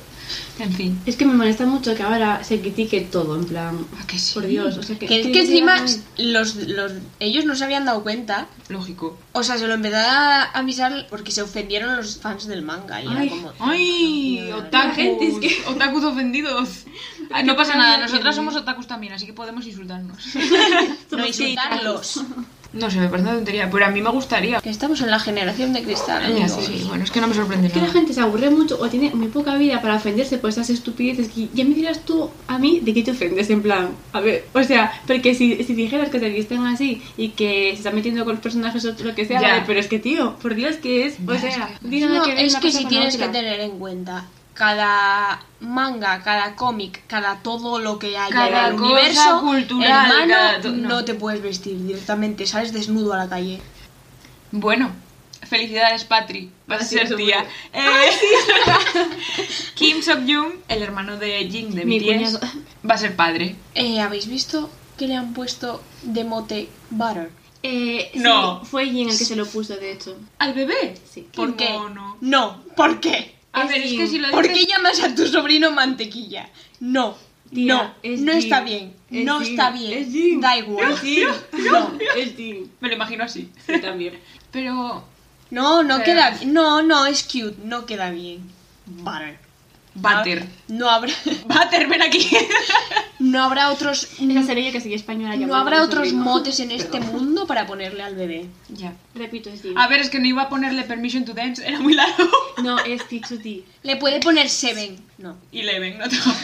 En fin. Es que me molesta mucho que ahora se critique todo, en plan. ¿A que sí? Por Dios, o sea que. Que es que encima ya no- los, los, ellos no se habían dado cuenta. Lógico. O sea, se lo empezaron a avisar porque se ofendieron los fans del manga. Y era Ay. como... ¡Ay! Dios mío, de ¡Otakus! verdad. Gente, es ¡Otakus ofendidos! Ah, No pasa nada, nosotras somos otakus también, así que podemos insultarnos. No Somos insultarlos. No sé, me parece una tontería, pero a mí me gustaría. Que estamos en la generación de cristal, Ah, Ya, amigos. sí, sí, bueno, es que no me sorprende Es que la nada. gente se aburre mucho o tiene muy poca vida para ofenderse por esas estupideces que ya me dirás tú a mí de qué te ofendes, en plan, a ver, o sea, porque si, si dijeras que te visten así y que se están metiendo con los personajes o lo que sea, Ya. vale, pero es que tío, por Dios, que es? O Ya, sea, es que- dígame No, que ver es una que cosa si con tienes que otra. tener en cuenta cada manga, cada cómic, cada todo lo que haya Cada en el cosa universo, cultural, hermano, cada to- no. no. te puedes vestir directamente, sales desnudo a la calle. Bueno, felicidades, Patri. Vas a Sí, ser seguro. tía. Eh, <laughs> Kim Seok-jung, el hermano de Jin de Mi BTS, cuñado. va a ser padre. Eh, ¿Habéis visto que le han puesto de mote butter? Eh, sí, No. fue Jin el que se lo puso, de hecho. ¿Al bebé? Sí. ¿Por qué? mono. No, ¿por qué? A Es ver, es Jin. que si lo dices... ¿Por qué llamas a tu sobrino mantequilla? No, Tía, no, es no Jin. está bien, Es no Jin, está bien, es Jin. da igual. Es Jin. No. Es Jin. Me lo imagino así. Sí, <laughs> también. Pero... No, no Pero- queda bien. No, no, es cute. No queda bien. Butter. Butter. No habrá, <laughs> Butter, ven aquí. no habrá otros. Esa seré yo que soy española. No llamando a habrá mi otros sobrino. motes en este mundo para ponerle al bebé. <laughs> ya. Repito, es Jin. A ver, es que no iba a ponerle Permission to Dance, era muy largo. <laughs> No, es T2D. Le puede poner Seven. No. Y Leven, no te jodas.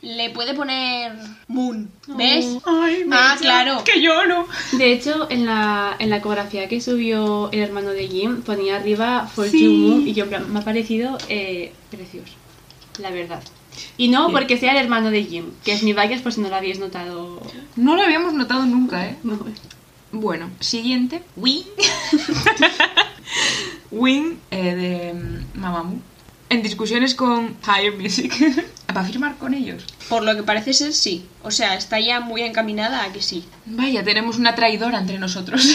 Le puede poner Moon. ¿Ves? Ay, Ah, claro. Que lloro. De hecho, en la, en la ecografía que subió el hermano de Jim, ponía arriba For Sí. You Moon", y yo en plan, me ha parecido eh, precioso, la verdad. Y no Sí. porque sea el hermano de Jim, que es mi bias por si no lo habéis notado. No lo habíamos notado nunca, ¿eh? No. Bueno, siguiente. <laughs> Wing. Wing eh, de mm, Mamamoo. En discusiones con Higher Music. <laughs> ¿Va a firmar con ellos? Por lo que parece ser, sí. O sea, está ya muy encaminada a que sí. Vaya, tenemos una traidora entre nosotros.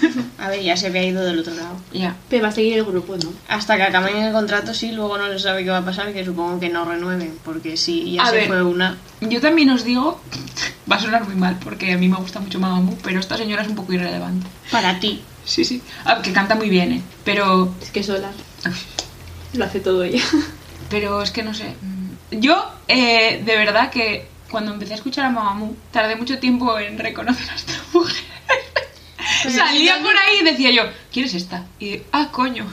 <laughs> A ver, ya se había ido del otro lado. ya. Pero va a seguir el grupo, ¿no? Hasta que acaben el contrato, sí, luego no se sabe qué va a pasar, que supongo que no renueven, porque sí, ya A se ver. fue una. Yo también os digo, va a sonar muy mal porque a mí me gusta mucho Mamamoo, pero esta señora es un poco irrelevante. Para ti. Sí, sí. Ah, que canta muy bien, ¿eh? Pero... Es que sola lo hace todo ella. <laughs> Pero es que no sé. Mm. Yo, eh, de verdad que cuando empecé a escuchar a Mamamoo, tardé mucho tiempo en reconocer a esta <laughs> mujer. Pero Salía sí, por ahí y decía yo, ¿quién es esta? Y ah, <laughs> coño.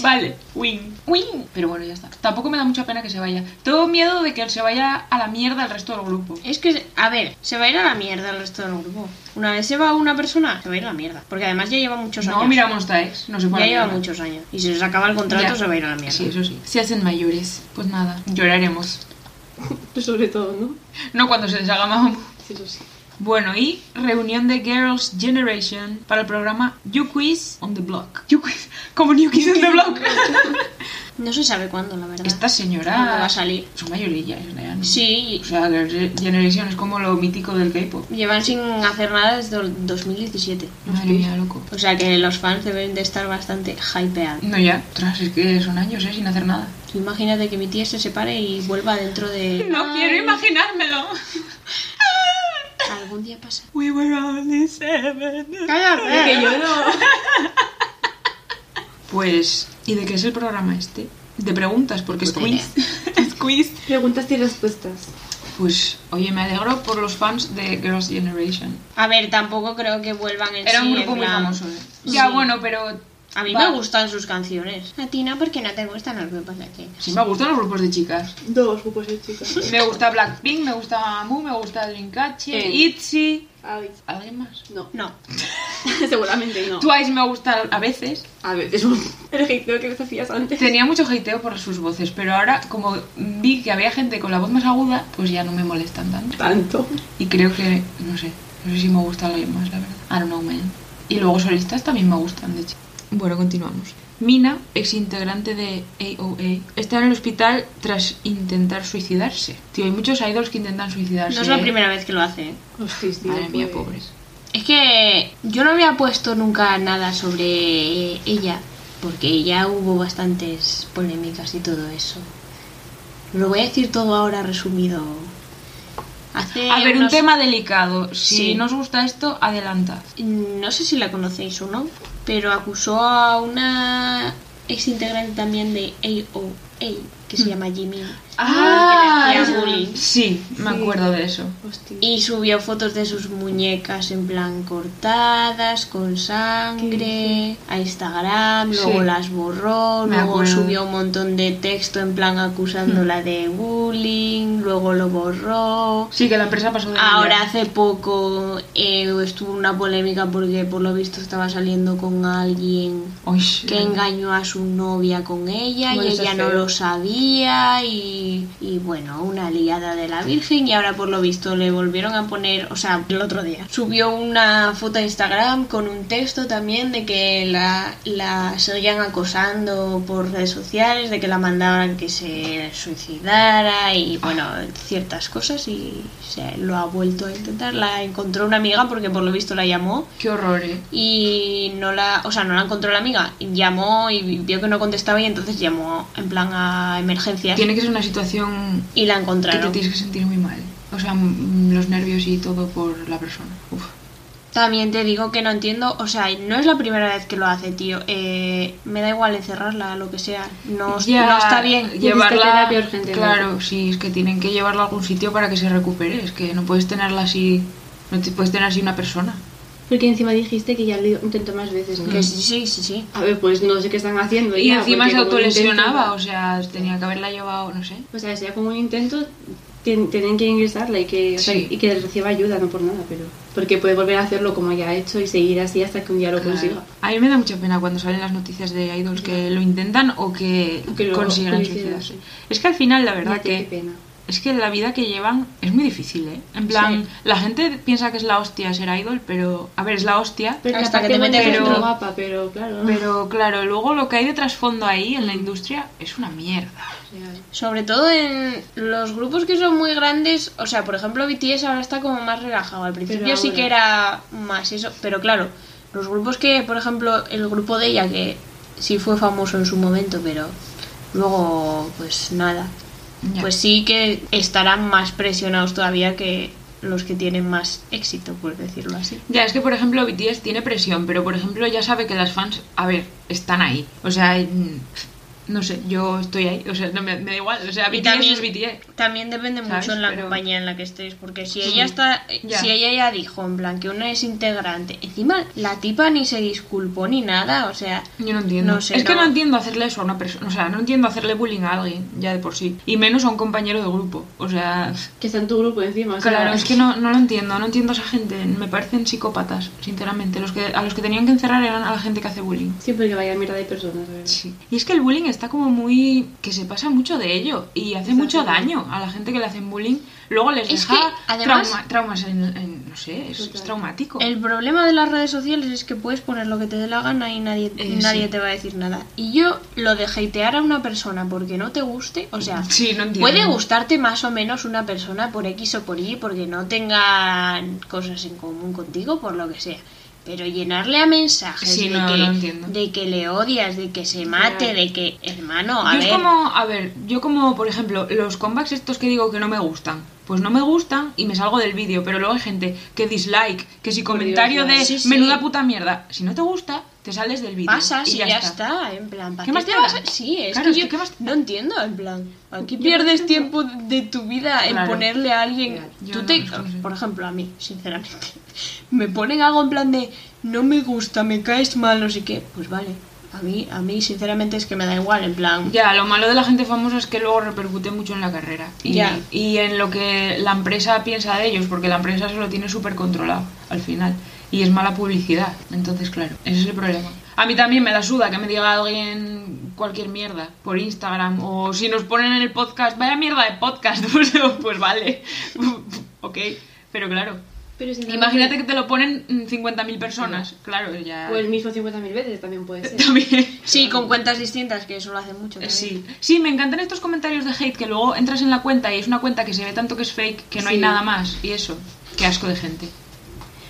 vale, win, win. Pero bueno, ya está. Tampoco me da mucha pena que se vaya. Tengo miedo de que se vaya a la mierda el resto del grupo. Es que, a ver, se va a ir a la mierda el resto del grupo. Una vez se va una persona, se va a ir a la mierda. Porque además ya lleva muchos años. No, mira Monsta X, no se puede. ya lleva muchos años. Y si se les acaba el contrato, Ya. se va a ir a la mierda. Sí, eso sí. Se hacen mayores. Pues nada, lloraremos. Tú sobre todo, ¿no? No cuando se deshaga Mamamoo. Sí, eso sí. Bueno, y reunión de Girls Generation para el programa You Quiz on the Block. You Quiz, como New Kids on the Block. No se sabe cuándo, la verdad. <laughs> Esta ¿Cuándo señora va a salir? Su mayoría es real. ¿no? Sí, O sea, Girls Ge- Generation es como lo mítico del K-pop. llevan sin hacer nada desde el 2017. Madre mía, loco. O sea que los fans deben de estar bastante hypeados. No, ya. Ostras, es que son años, ¿eh? Sin hacer nada. Tú Imagínate que mi tía se separe y vuelva dentro de... No quiero imaginármelo. Algún día pasa. We were only seven. ¡Cállate! Que yo no. Pues, ¿y de qué es el programa este? De preguntas, porque es Puta quiz. <laughs> Es quiz. Preguntas y respuestas. Pues, oye, me alegro por los fans de Girls' Generation. A ver, tampoco creo que vuelvan en Era sí, un grupo en muy plan- famoso, ¿eh? Ya, Sí. bueno, pero... A mí va. me gustan sus canciones. A ti no, porque no te gustan los grupos de aquí. Sí, me gustan los grupos de chicas. Dos pues, grupos de chicas. Me gusta Blackpink, me gusta Mamamoo, me gusta Dreamcatcher, Eh. ITZY... Ay, ¿Alguien más? no. No. <laughs> Seguramente no. Twice me gusta a veces. A veces. El hate que les hacías antes. Tenía mucho hateo por sus voces, pero ahora como vi que había gente con la voz más aguda, pues ya no me molestan tanto. Tanto. Y creo que, no sé, no sé si me gusta alguien más, la verdad. I don't know, man. Y luego solistas también me gustan, de hecho. Bueno, continuamos. Mina, ex integrante de AOA, está en el hospital tras intentar suicidarse. Tío, hay muchos idols que intentan suicidarse. No es la ¿eh? primera vez que lo hace. ¿eh? Hostis, tío, Madre mía, pues. pobres. Es que yo no había puesto nunca nada sobre ella, porque ya hubo bastantes polémicas y todo eso. Lo voy a decir todo ahora resumido. Hace A ver, un Eh, unos- tema delicado. Si Sí. no os gusta esto, adelantad. Mm, No sé si la conocéis o no, pero acusó Mm. a una ex integrante también de AOA, que se llama Jimin. Ah, que le hacía ya. bullying. Sí, me Sí. acuerdo de eso. Hostia. Y subió fotos de sus muñecas en plan cortadas, con sangre, a Instagram, luego Sí. las borró, Me luego acuerdo. subió un montón de texto en plan acusándola Hmm. de bullying, luego lo borró. Sí, que la empresa pasó de Ahora ella. hace poco eh, estuvo una polémica porque por lo visto estaba saliendo con alguien Uy, que engañó a su novia con ella Bueno, y eso ella es no feo. lo sabía y, y bueno, una liada de la Virgen y ahora por lo visto le volvieron a poner, o sea, el otro día subió una foto a Instagram con un texto también de que la, la seguían acosando por redes sociales, de que la mandaban que se suicidara y bueno, ciertas cosas y se lo ha vuelto a intentar, la encontró una amiga porque por lo visto la llamó Qué horror, eh. y no la, o sea, no la encontró la amiga. Llamó y vio que no contestaba y entonces llamó en plan a emergencias Tiene que ser una situación y la que te encontraron. tienes que sentir muy mal. O sea, mm, los nervios y todo por la persona. Uf. También te digo que no entiendo, o sea, no es la primera vez que lo hace, tío. Eh, me da igual encerrarla, lo que sea. No, Ya, no está bien. Llevarla, Necesita terapia urgentemente. claro, sí, es que tienen que llevarla a algún sitio para que se recupere. Es que no puedes tenerla así, no te puedes tener así una persona. Porque encima dijiste que ya lo intentó más veces, ¿no? Que sí, sí, sí, sí. A ver, pues no sé qué están haciendo. Y ya, encima porque se como un autolesionaba, intento- o sea, tenía que haberla llevado, no sé. O sea, sea como un intento, tien- tienen que ingresarla y que, o sea, Sí. y que reciba ayuda, no por nada, pero. Porque puede volver a hacerlo como ya ha hecho y seguir así hasta que un día lo Claro. consiga. A mí me da mucha pena cuando salen las noticias de idols que lo intentan o que, O que lo consiguen consiguen, suicidarse. Es que al final, la verdad Ya, tío, qué que pena. es que la vida que llevan es muy difícil, ¿eh? En plan, Sí. la gente piensa que es la hostia ser idol, pero a ver, es la hostia, Pero Hasta aparte que te bueno, metes es muy dentro. guapa, pero claro. pero claro, luego lo que hay de trasfondo ahí en la industria es una mierda. Sobre todo en los grupos que son muy grandes, o sea, por ejemplo, BTS ahora está como más relajado. Al principio Pero sí ahora- que era más eso, pero claro, los grupos que, por ejemplo, el grupo de ella, que sí fue famoso en su momento, pero luego, pues nada, Ya. pues sí que estarán más presionados todavía que los que tienen más éxito, por decirlo así. Ya, es que por ejemplo BTS tiene presión, pero por ejemplo ya sabe que las fans, a ver, están ahí. O sea, mm, no sé, yo estoy ahí, o sea, no me, me da igual, o sea, Y BTS también- es BTS. También depende ¿Sabes? mucho en la Pero- compañía en la que estéis, porque si Sí. ella está, eh, Ya. si ella ya dijo en plan que uno es integrante, encima la tipa ni se disculpó ni nada, o sea, Yo no entiendo. No sé, es que no. no entiendo hacerle eso a una persona, o sea, no entiendo hacerle bullying a alguien, ya de por sí, y menos a un compañero de grupo. O sea, Que está en tu grupo encima, o sea, claro, es que no, no lo entiendo, no entiendo a esa gente, me parecen psicópatas, sinceramente. Los que, a los que tenían que encerrar eran a la gente que hace bullying. Sí, porque vaya mierda de personas, la verdad. Sí. Y es que el bullying está como muy... que se pasa mucho de ello y hace Está mucho haciendo- daño a la gente que le hacen bullying. Luego les Es deja que, además- trauma- traumas en, en- No sé, es, es Total. traumático. El problema de las redes sociales es que puedes poner lo que te dé la gana y nadie, Eh, nadie sí. te va a decir nada. Y yo lo de hatear a una persona porque no te guste, o sea, Sí, no entiendo. puede gustarte más o menos una persona por X o por Y porque no tengan cosas en común contigo, por lo que sea. Pero llenarle a mensajes Sí, de, no, que, no entiendo. de que le odias, de que se mate, Ya. de que, hermano, a Yo es ver. como... A ver, yo como, por ejemplo, los comebacks estos que digo que no me gustan. Pues no me gustan y me salgo del vídeo. Pero luego hay gente que dislike, que si comentario Dios, de sí, sí. menuda puta mierda. Si no te gusta, te sales del vídeo. Pasas y, ya, está. en plan, ¿para ¿Qué más te vas? da? Sí, es Claro, que es que yo ¿qué más te no entiendo, en plan, aquí Yo pierdes no entiendo. tiempo de tu vida en Claro. ponerle a alguien, Real. Yo tú no, te, es que no sé. por ejemplo, a mí, sinceramente, <laughs> me ponen algo en plan de no me gusta, me caes mal, no sé qué, pues vale. A mí, a mí sinceramente es que me da igual, en plan, Ya, lo malo de la gente famosa es que luego repercute mucho en la carrera y, Ya. y en lo que la empresa piensa de ellos, porque la empresa se lo tiene súper controlado al final y es mala publicidad. Entonces, claro, ese es el problema. A mí también me la suda que me diga alguien cualquier mierda por Instagram o si nos ponen en el podcast, vaya mierda de podcast, <laughs> pues, pues vale, <laughs> ok, pero claro. Pero sinceramente- Imagínate que te lo ponen mm, 50.000 personas, claro, ya... O el mismo 50.000 veces también puede <laughs> ser. También. sí, con cuentas distintas, que eso lo hace mucho. también. Sí, Pues sí, me encantan estos comentarios de hate que luego entras en la cuenta y es una cuenta que se ve tanto que es fake que no hay Sí. nada más y eso. Qué asco de gente.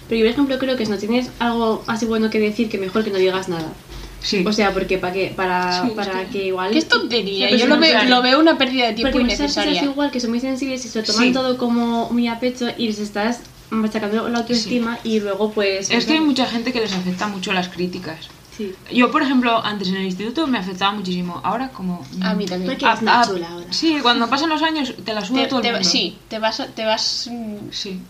Pero yo, por ejemplo, creo que si no tienes algo así bueno que decir, que mejor que no digas nada. Sí. O sea, porque para que, para, Sí, es para que- que igual... Que es tontería, yo Sí, pero lo, no ve- sale. lo veo una pérdida de tiempo Porque muchas personas innecesaria. igual que son muy sensibles y se lo toman Sí. todo como muy a pecho y les estás machacando la autoestima y luego pues... es que hay eso. mucha gente que les afecta mucho las críticas. Sí. Yo, por ejemplo, antes en el instituto me afectaba muchísimo. Ahora como... A mí también. Ah, Porque es más ah, chula ahora. Sí, cuando pasan los años te la suda Te- todo el te- mundo. sí, te vas, te vas, mm, Sí.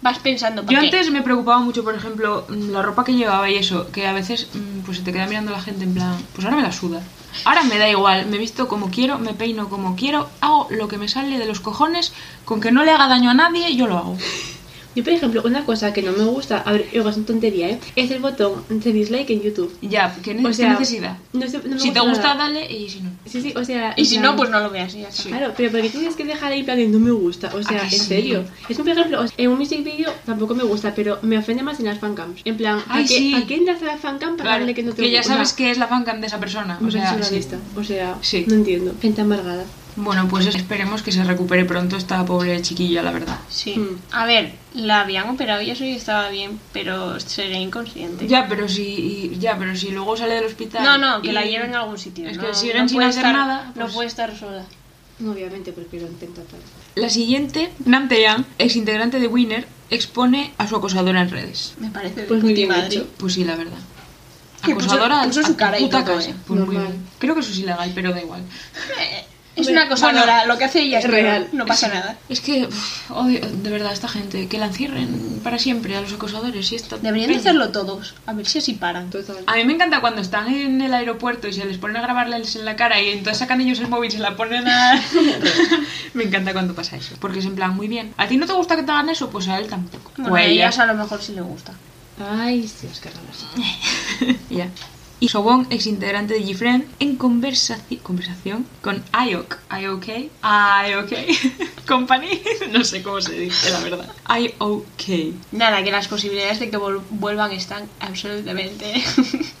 vas pensando. ¿para Yo qué? antes me preocupaba mucho, por ejemplo, mm, la ropa que llevaba y eso, que a veces mm, pues se te queda mirando la gente en plan, pues ahora me la suda. Ahora me da igual, me visto como quiero, me peino como quiero, hago lo que me sale de los cojones, con que no le haga daño a nadie, yo lo hago. Yo, por ejemplo, una cosa que no me gusta, a ver, oiga, es una tontería, ¿eh? Es el botón de dislike en YouTube. Ya, ¿qué, ne- O qué sea, necesidad? No sé, no me Si te gusta, nada. dale y si no. Sí, sí, o sea. Y en si plan- no, pues no lo veas. y ya está. Sí. Claro, pero porque tienes que dejar ahí en plan de no me gusta, o sea, ¿A en que sí? serio. Es que, por ejemplo, o sea, en un music video tampoco me gusta, pero me ofende más en las fancams. En plan, ¿a Ay, qué, sí. ¿a qué entras a la fancam para Claro, darle que no te que ya gusta? sabes que es la fancam de esa persona. O O sea, sea, una sí. lista, o sea, Sí. no entiendo. Gente amargada. Bueno, pues es- esperemos que se recupere pronto esta pobre chiquilla, la verdad. Sí. Mm. A ver, la habían operado y eso y estaba bien, pero sería inconsciente. Ya, pero si, y- ya, pero si luego sale del hospital... No, no, que y- la lleven a algún sitio. Es no, que si no eran sin puede hacer estar- nada, No pues- puede estar sola. Obviamente, porque lo intenta todo. La siguiente, Nam Taeyang, ex integrante de Winner, expone a su acosadora en redes. Me parece de Pues muy puta bien madre. hecho. Pues sí, la verdad. Que puso- Acosadora pues puso a su tu cara y puta todo, casa. ¿eh? Pues muy Normal. bien. Creo que eso es ilegal, pero da igual. Eh, Es una Bueno, acosadora, lo que hace ella es es real. real, no pasa nada. Es que, uf, odio, de verdad, esta gente, que la encierren para siempre a los acosadores y esta Deberían de peña. hacerlo todos, a ver si así paran. Total. A mí me encanta cuando están en el aeropuerto y se les ponen a grabarles en la cara y entonces sacan ellos el móvil y se la ponen <laughs> a... <laughs> me encanta cuando pasa eso. Porque es en plan, muy bien. ¿A ti no te gusta que te hagan eso? Pues a él tampoco. Bueno, O a a ella. ellas a lo mejor sí le gusta. Ay, sí, las cargadas. Ya. Y Sobong, ex integrante de GFriend, en conversaci- conversación con IOK. IOK. IOK. <laughs> Company. <laughs> No sé cómo se dice, la verdad. IOK. Nada, que las posibilidades de que vol- vuelvan están absolutamente...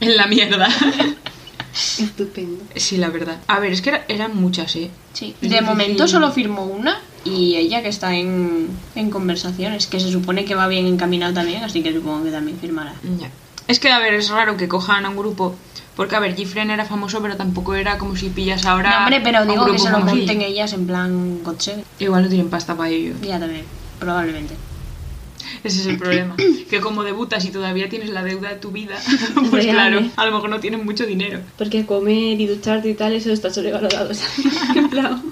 En la mierda. <laughs> Estupendo. Sí, la verdad. A ver, es que era- eran muchas, ¿eh? sí. Es De difícil. momento solo firmó una y ella que está en, en conversaciones, que se supone que va bien encaminado también, así que supongo que también firmará. Ya. Es que, a ver, es raro que cojan a un grupo. Porque, a ver, GFriend era famoso, pero tampoco era como si pillas ahora. No, hombre, a pero un digo que grupo se lo famosillo. monten ellas en plan coche. Igual no tienen pasta para ello. Ya también, probablemente. Ese es el problema. Que como debutas y todavía tienes la deuda de tu vida, <laughs> pues Real, claro, ¿eh? a lo mejor no tienen mucho dinero. Porque comer y ducharte y tal, eso está sobrevalorado, ¿sabes? <laughs> en plan,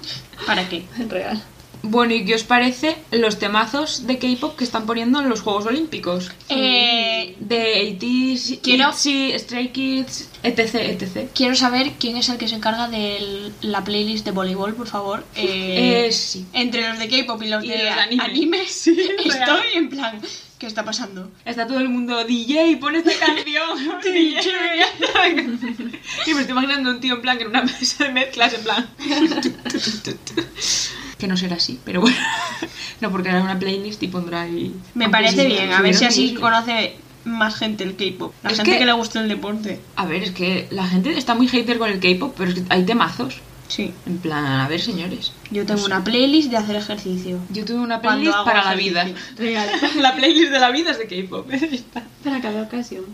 ¿Para qué? en real. Bueno, ¿y qué os parece los temazos de K-pop que están poniendo en los Juegos Olímpicos? Eh, De ATs, Quiero- ITZY, Stray Kids, etc, etc. quiero saber quién es el que se encarga de la playlist de voleibol, por favor. Eh, Eh, sí. Entre los de K-pop y los Y de los a- anime. anime, Sí, real. <laughs> estoy en plan, ¿qué está pasando? Está todo el mundo, DJ, pon esta <laughs> canción. <laughs> DJ. y me estoy imaginando un tío en plan que en una <laughs> mesa de mezclas, en plan. <laughs> que no será así, pero bueno. <laughs> no, porque hará una playlist y pondrá ahí. Me Aunque parece sí, bien, a ver si subieron así vídeos. conoce más gente el K-pop. La Es gente que- que... le gusta el deporte. A ver, es que la gente está muy hater con el K-pop, pero es que hay temazos. Sí. En plan, a ver, señores. Yo tengo No sé. una playlist de hacer ejercicio. Yo tuve una Cuando playlist hago para la vida. ejercicio. Real. <laughs> la playlist de la vida es de K-pop. <laughs> ahí está. Para cada ocasión.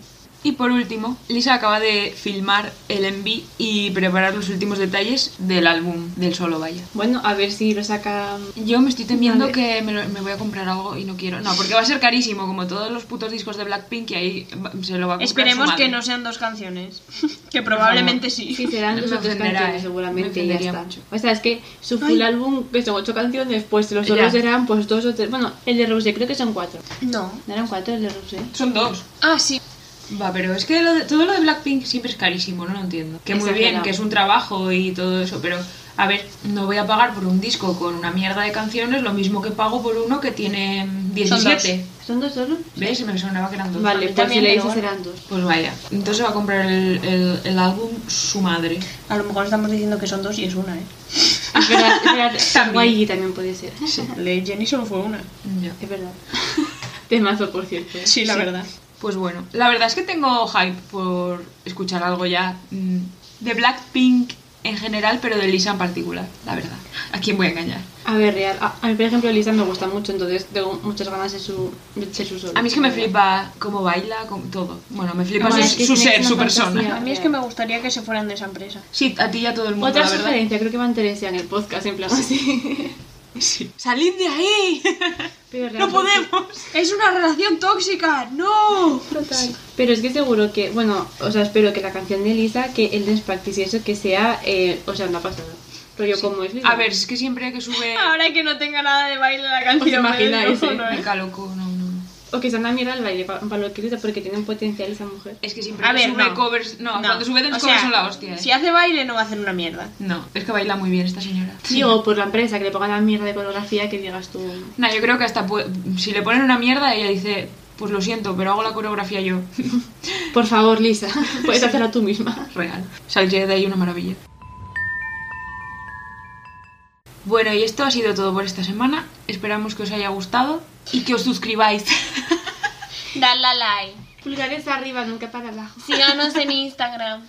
Y por último, Lisa acaba de filmar el MV y preparar los últimos detalles del álbum del solo vaya. Bueno, a ver si lo saca. Yo me estoy temiendo Vale. que me, lo- me voy a comprar algo y no quiero. No, porque va a ser carísimo, como todos los putos discos de Blackpink, y ahí va- se lo va a comprar. Esperemos su madre. que no sean dos canciones. <laughs> que probablemente sí. Sí, serán Me dos o tres ofenderá, canciones eh. seguramente Me y ya ofendería está. mucho. O sea, es que su full álbum, que son ocho canciones, pues los solos Ya. serán pues dos o tres. Bueno, el de Rosé creo que son cuatro. No. ¿No eran cuatro el de Rosé? Son dos. Ah, sí. Va, pero es que lo de- todo lo de Blackpink siempre es carísimo, no lo entiendo. Que muy Exagerado. bien, que es un trabajo y todo eso, pero a ver, no voy a pagar por un disco con una mierda de canciones lo mismo que pago por uno que tiene Son 17. ¿Son dos solos? ¿Ves? Me sonaba que eran dos. Vale, mí pues también, si le pero dices bueno. serán dos. Pues vaya. Entonces va a comprar el, el- el álbum su madre. A lo mejor estamos diciendo que son dos y es una, ¿eh? Es verdad, es verdad. <laughs> También. Guay también puede ser. <laughs> Le Jenny solo fue una. Ya. Es verdad. <laughs> Temazo, por cierto. Sí, la verdad. Pues bueno, la verdad es que tengo hype por escuchar algo ya mm, de Blackpink en general, pero de Lisa en particular, la verdad. ¿A quién voy a engañar? A ver, real. A, a mí, por ejemplo, Lisa me gusta mucho, entonces tengo muchas ganas de su, de ser su solo. A mí es que me flipa cómo baila, con todo. Bueno, me flipa No, su, es que su tiene ser, una su fantasía. persona. A mí es que me gustaría que se fueran de esa empresa. Sí, a ti ya todo el mundo, Otra la verdad. <laughs> sugerencia, creo que va a interesar en el podcast, en plan así. Sí. ¡Salid de ahí! <laughs> Pero ¡No realmente- podemos! ¡Es una relación tóxica! ¡No! Total. Pero es que seguro que, bueno, o sea, espero que la canción de Lisa, que el Dance Practice y eso, que sea, eh, o sea, una pasada. Rollo como es Lisa. A ver, es que siempre que sube. <laughs> Ahora que no tenga nada de baile la canción. ¿Os imagináis, me eh? descojono, Me eh? caloco, no, no. no. O que sea una mierda al baile para lo que Lisa, porque tiene un potencial esa mujer. Es que siempre A que ver, sube no. covers. No, No. cuando sube dance O covers sea, son la hostia. eh. Si hace baile no va a hacer una mierda. No, es que baila muy bien esta señora. Digo, por la empresa, que le pongan la mierda de coreografía que digas tú. <laughs> No, yo creo que hasta pu- si le ponen una mierda, ella dice, pues lo siento, pero hago la coreografía yo. <laughs> Por favor, Lisa, <laughs> puedes hacerlo tú misma. Real. Saldría de ahí una maravilla. Bueno, y esto ha sido todo por esta semana. Esperamos que os haya gustado y que os suscribáis. <laughs> Dale a like. Pulgares arriba, nunca para abajo. Síganos en <laughs> Instagram.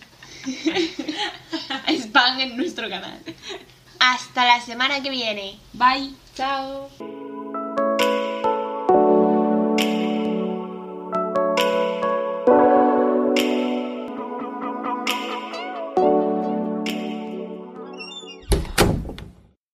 Spam en nuestro canal. Hasta la semana que viene. Bye. Chao.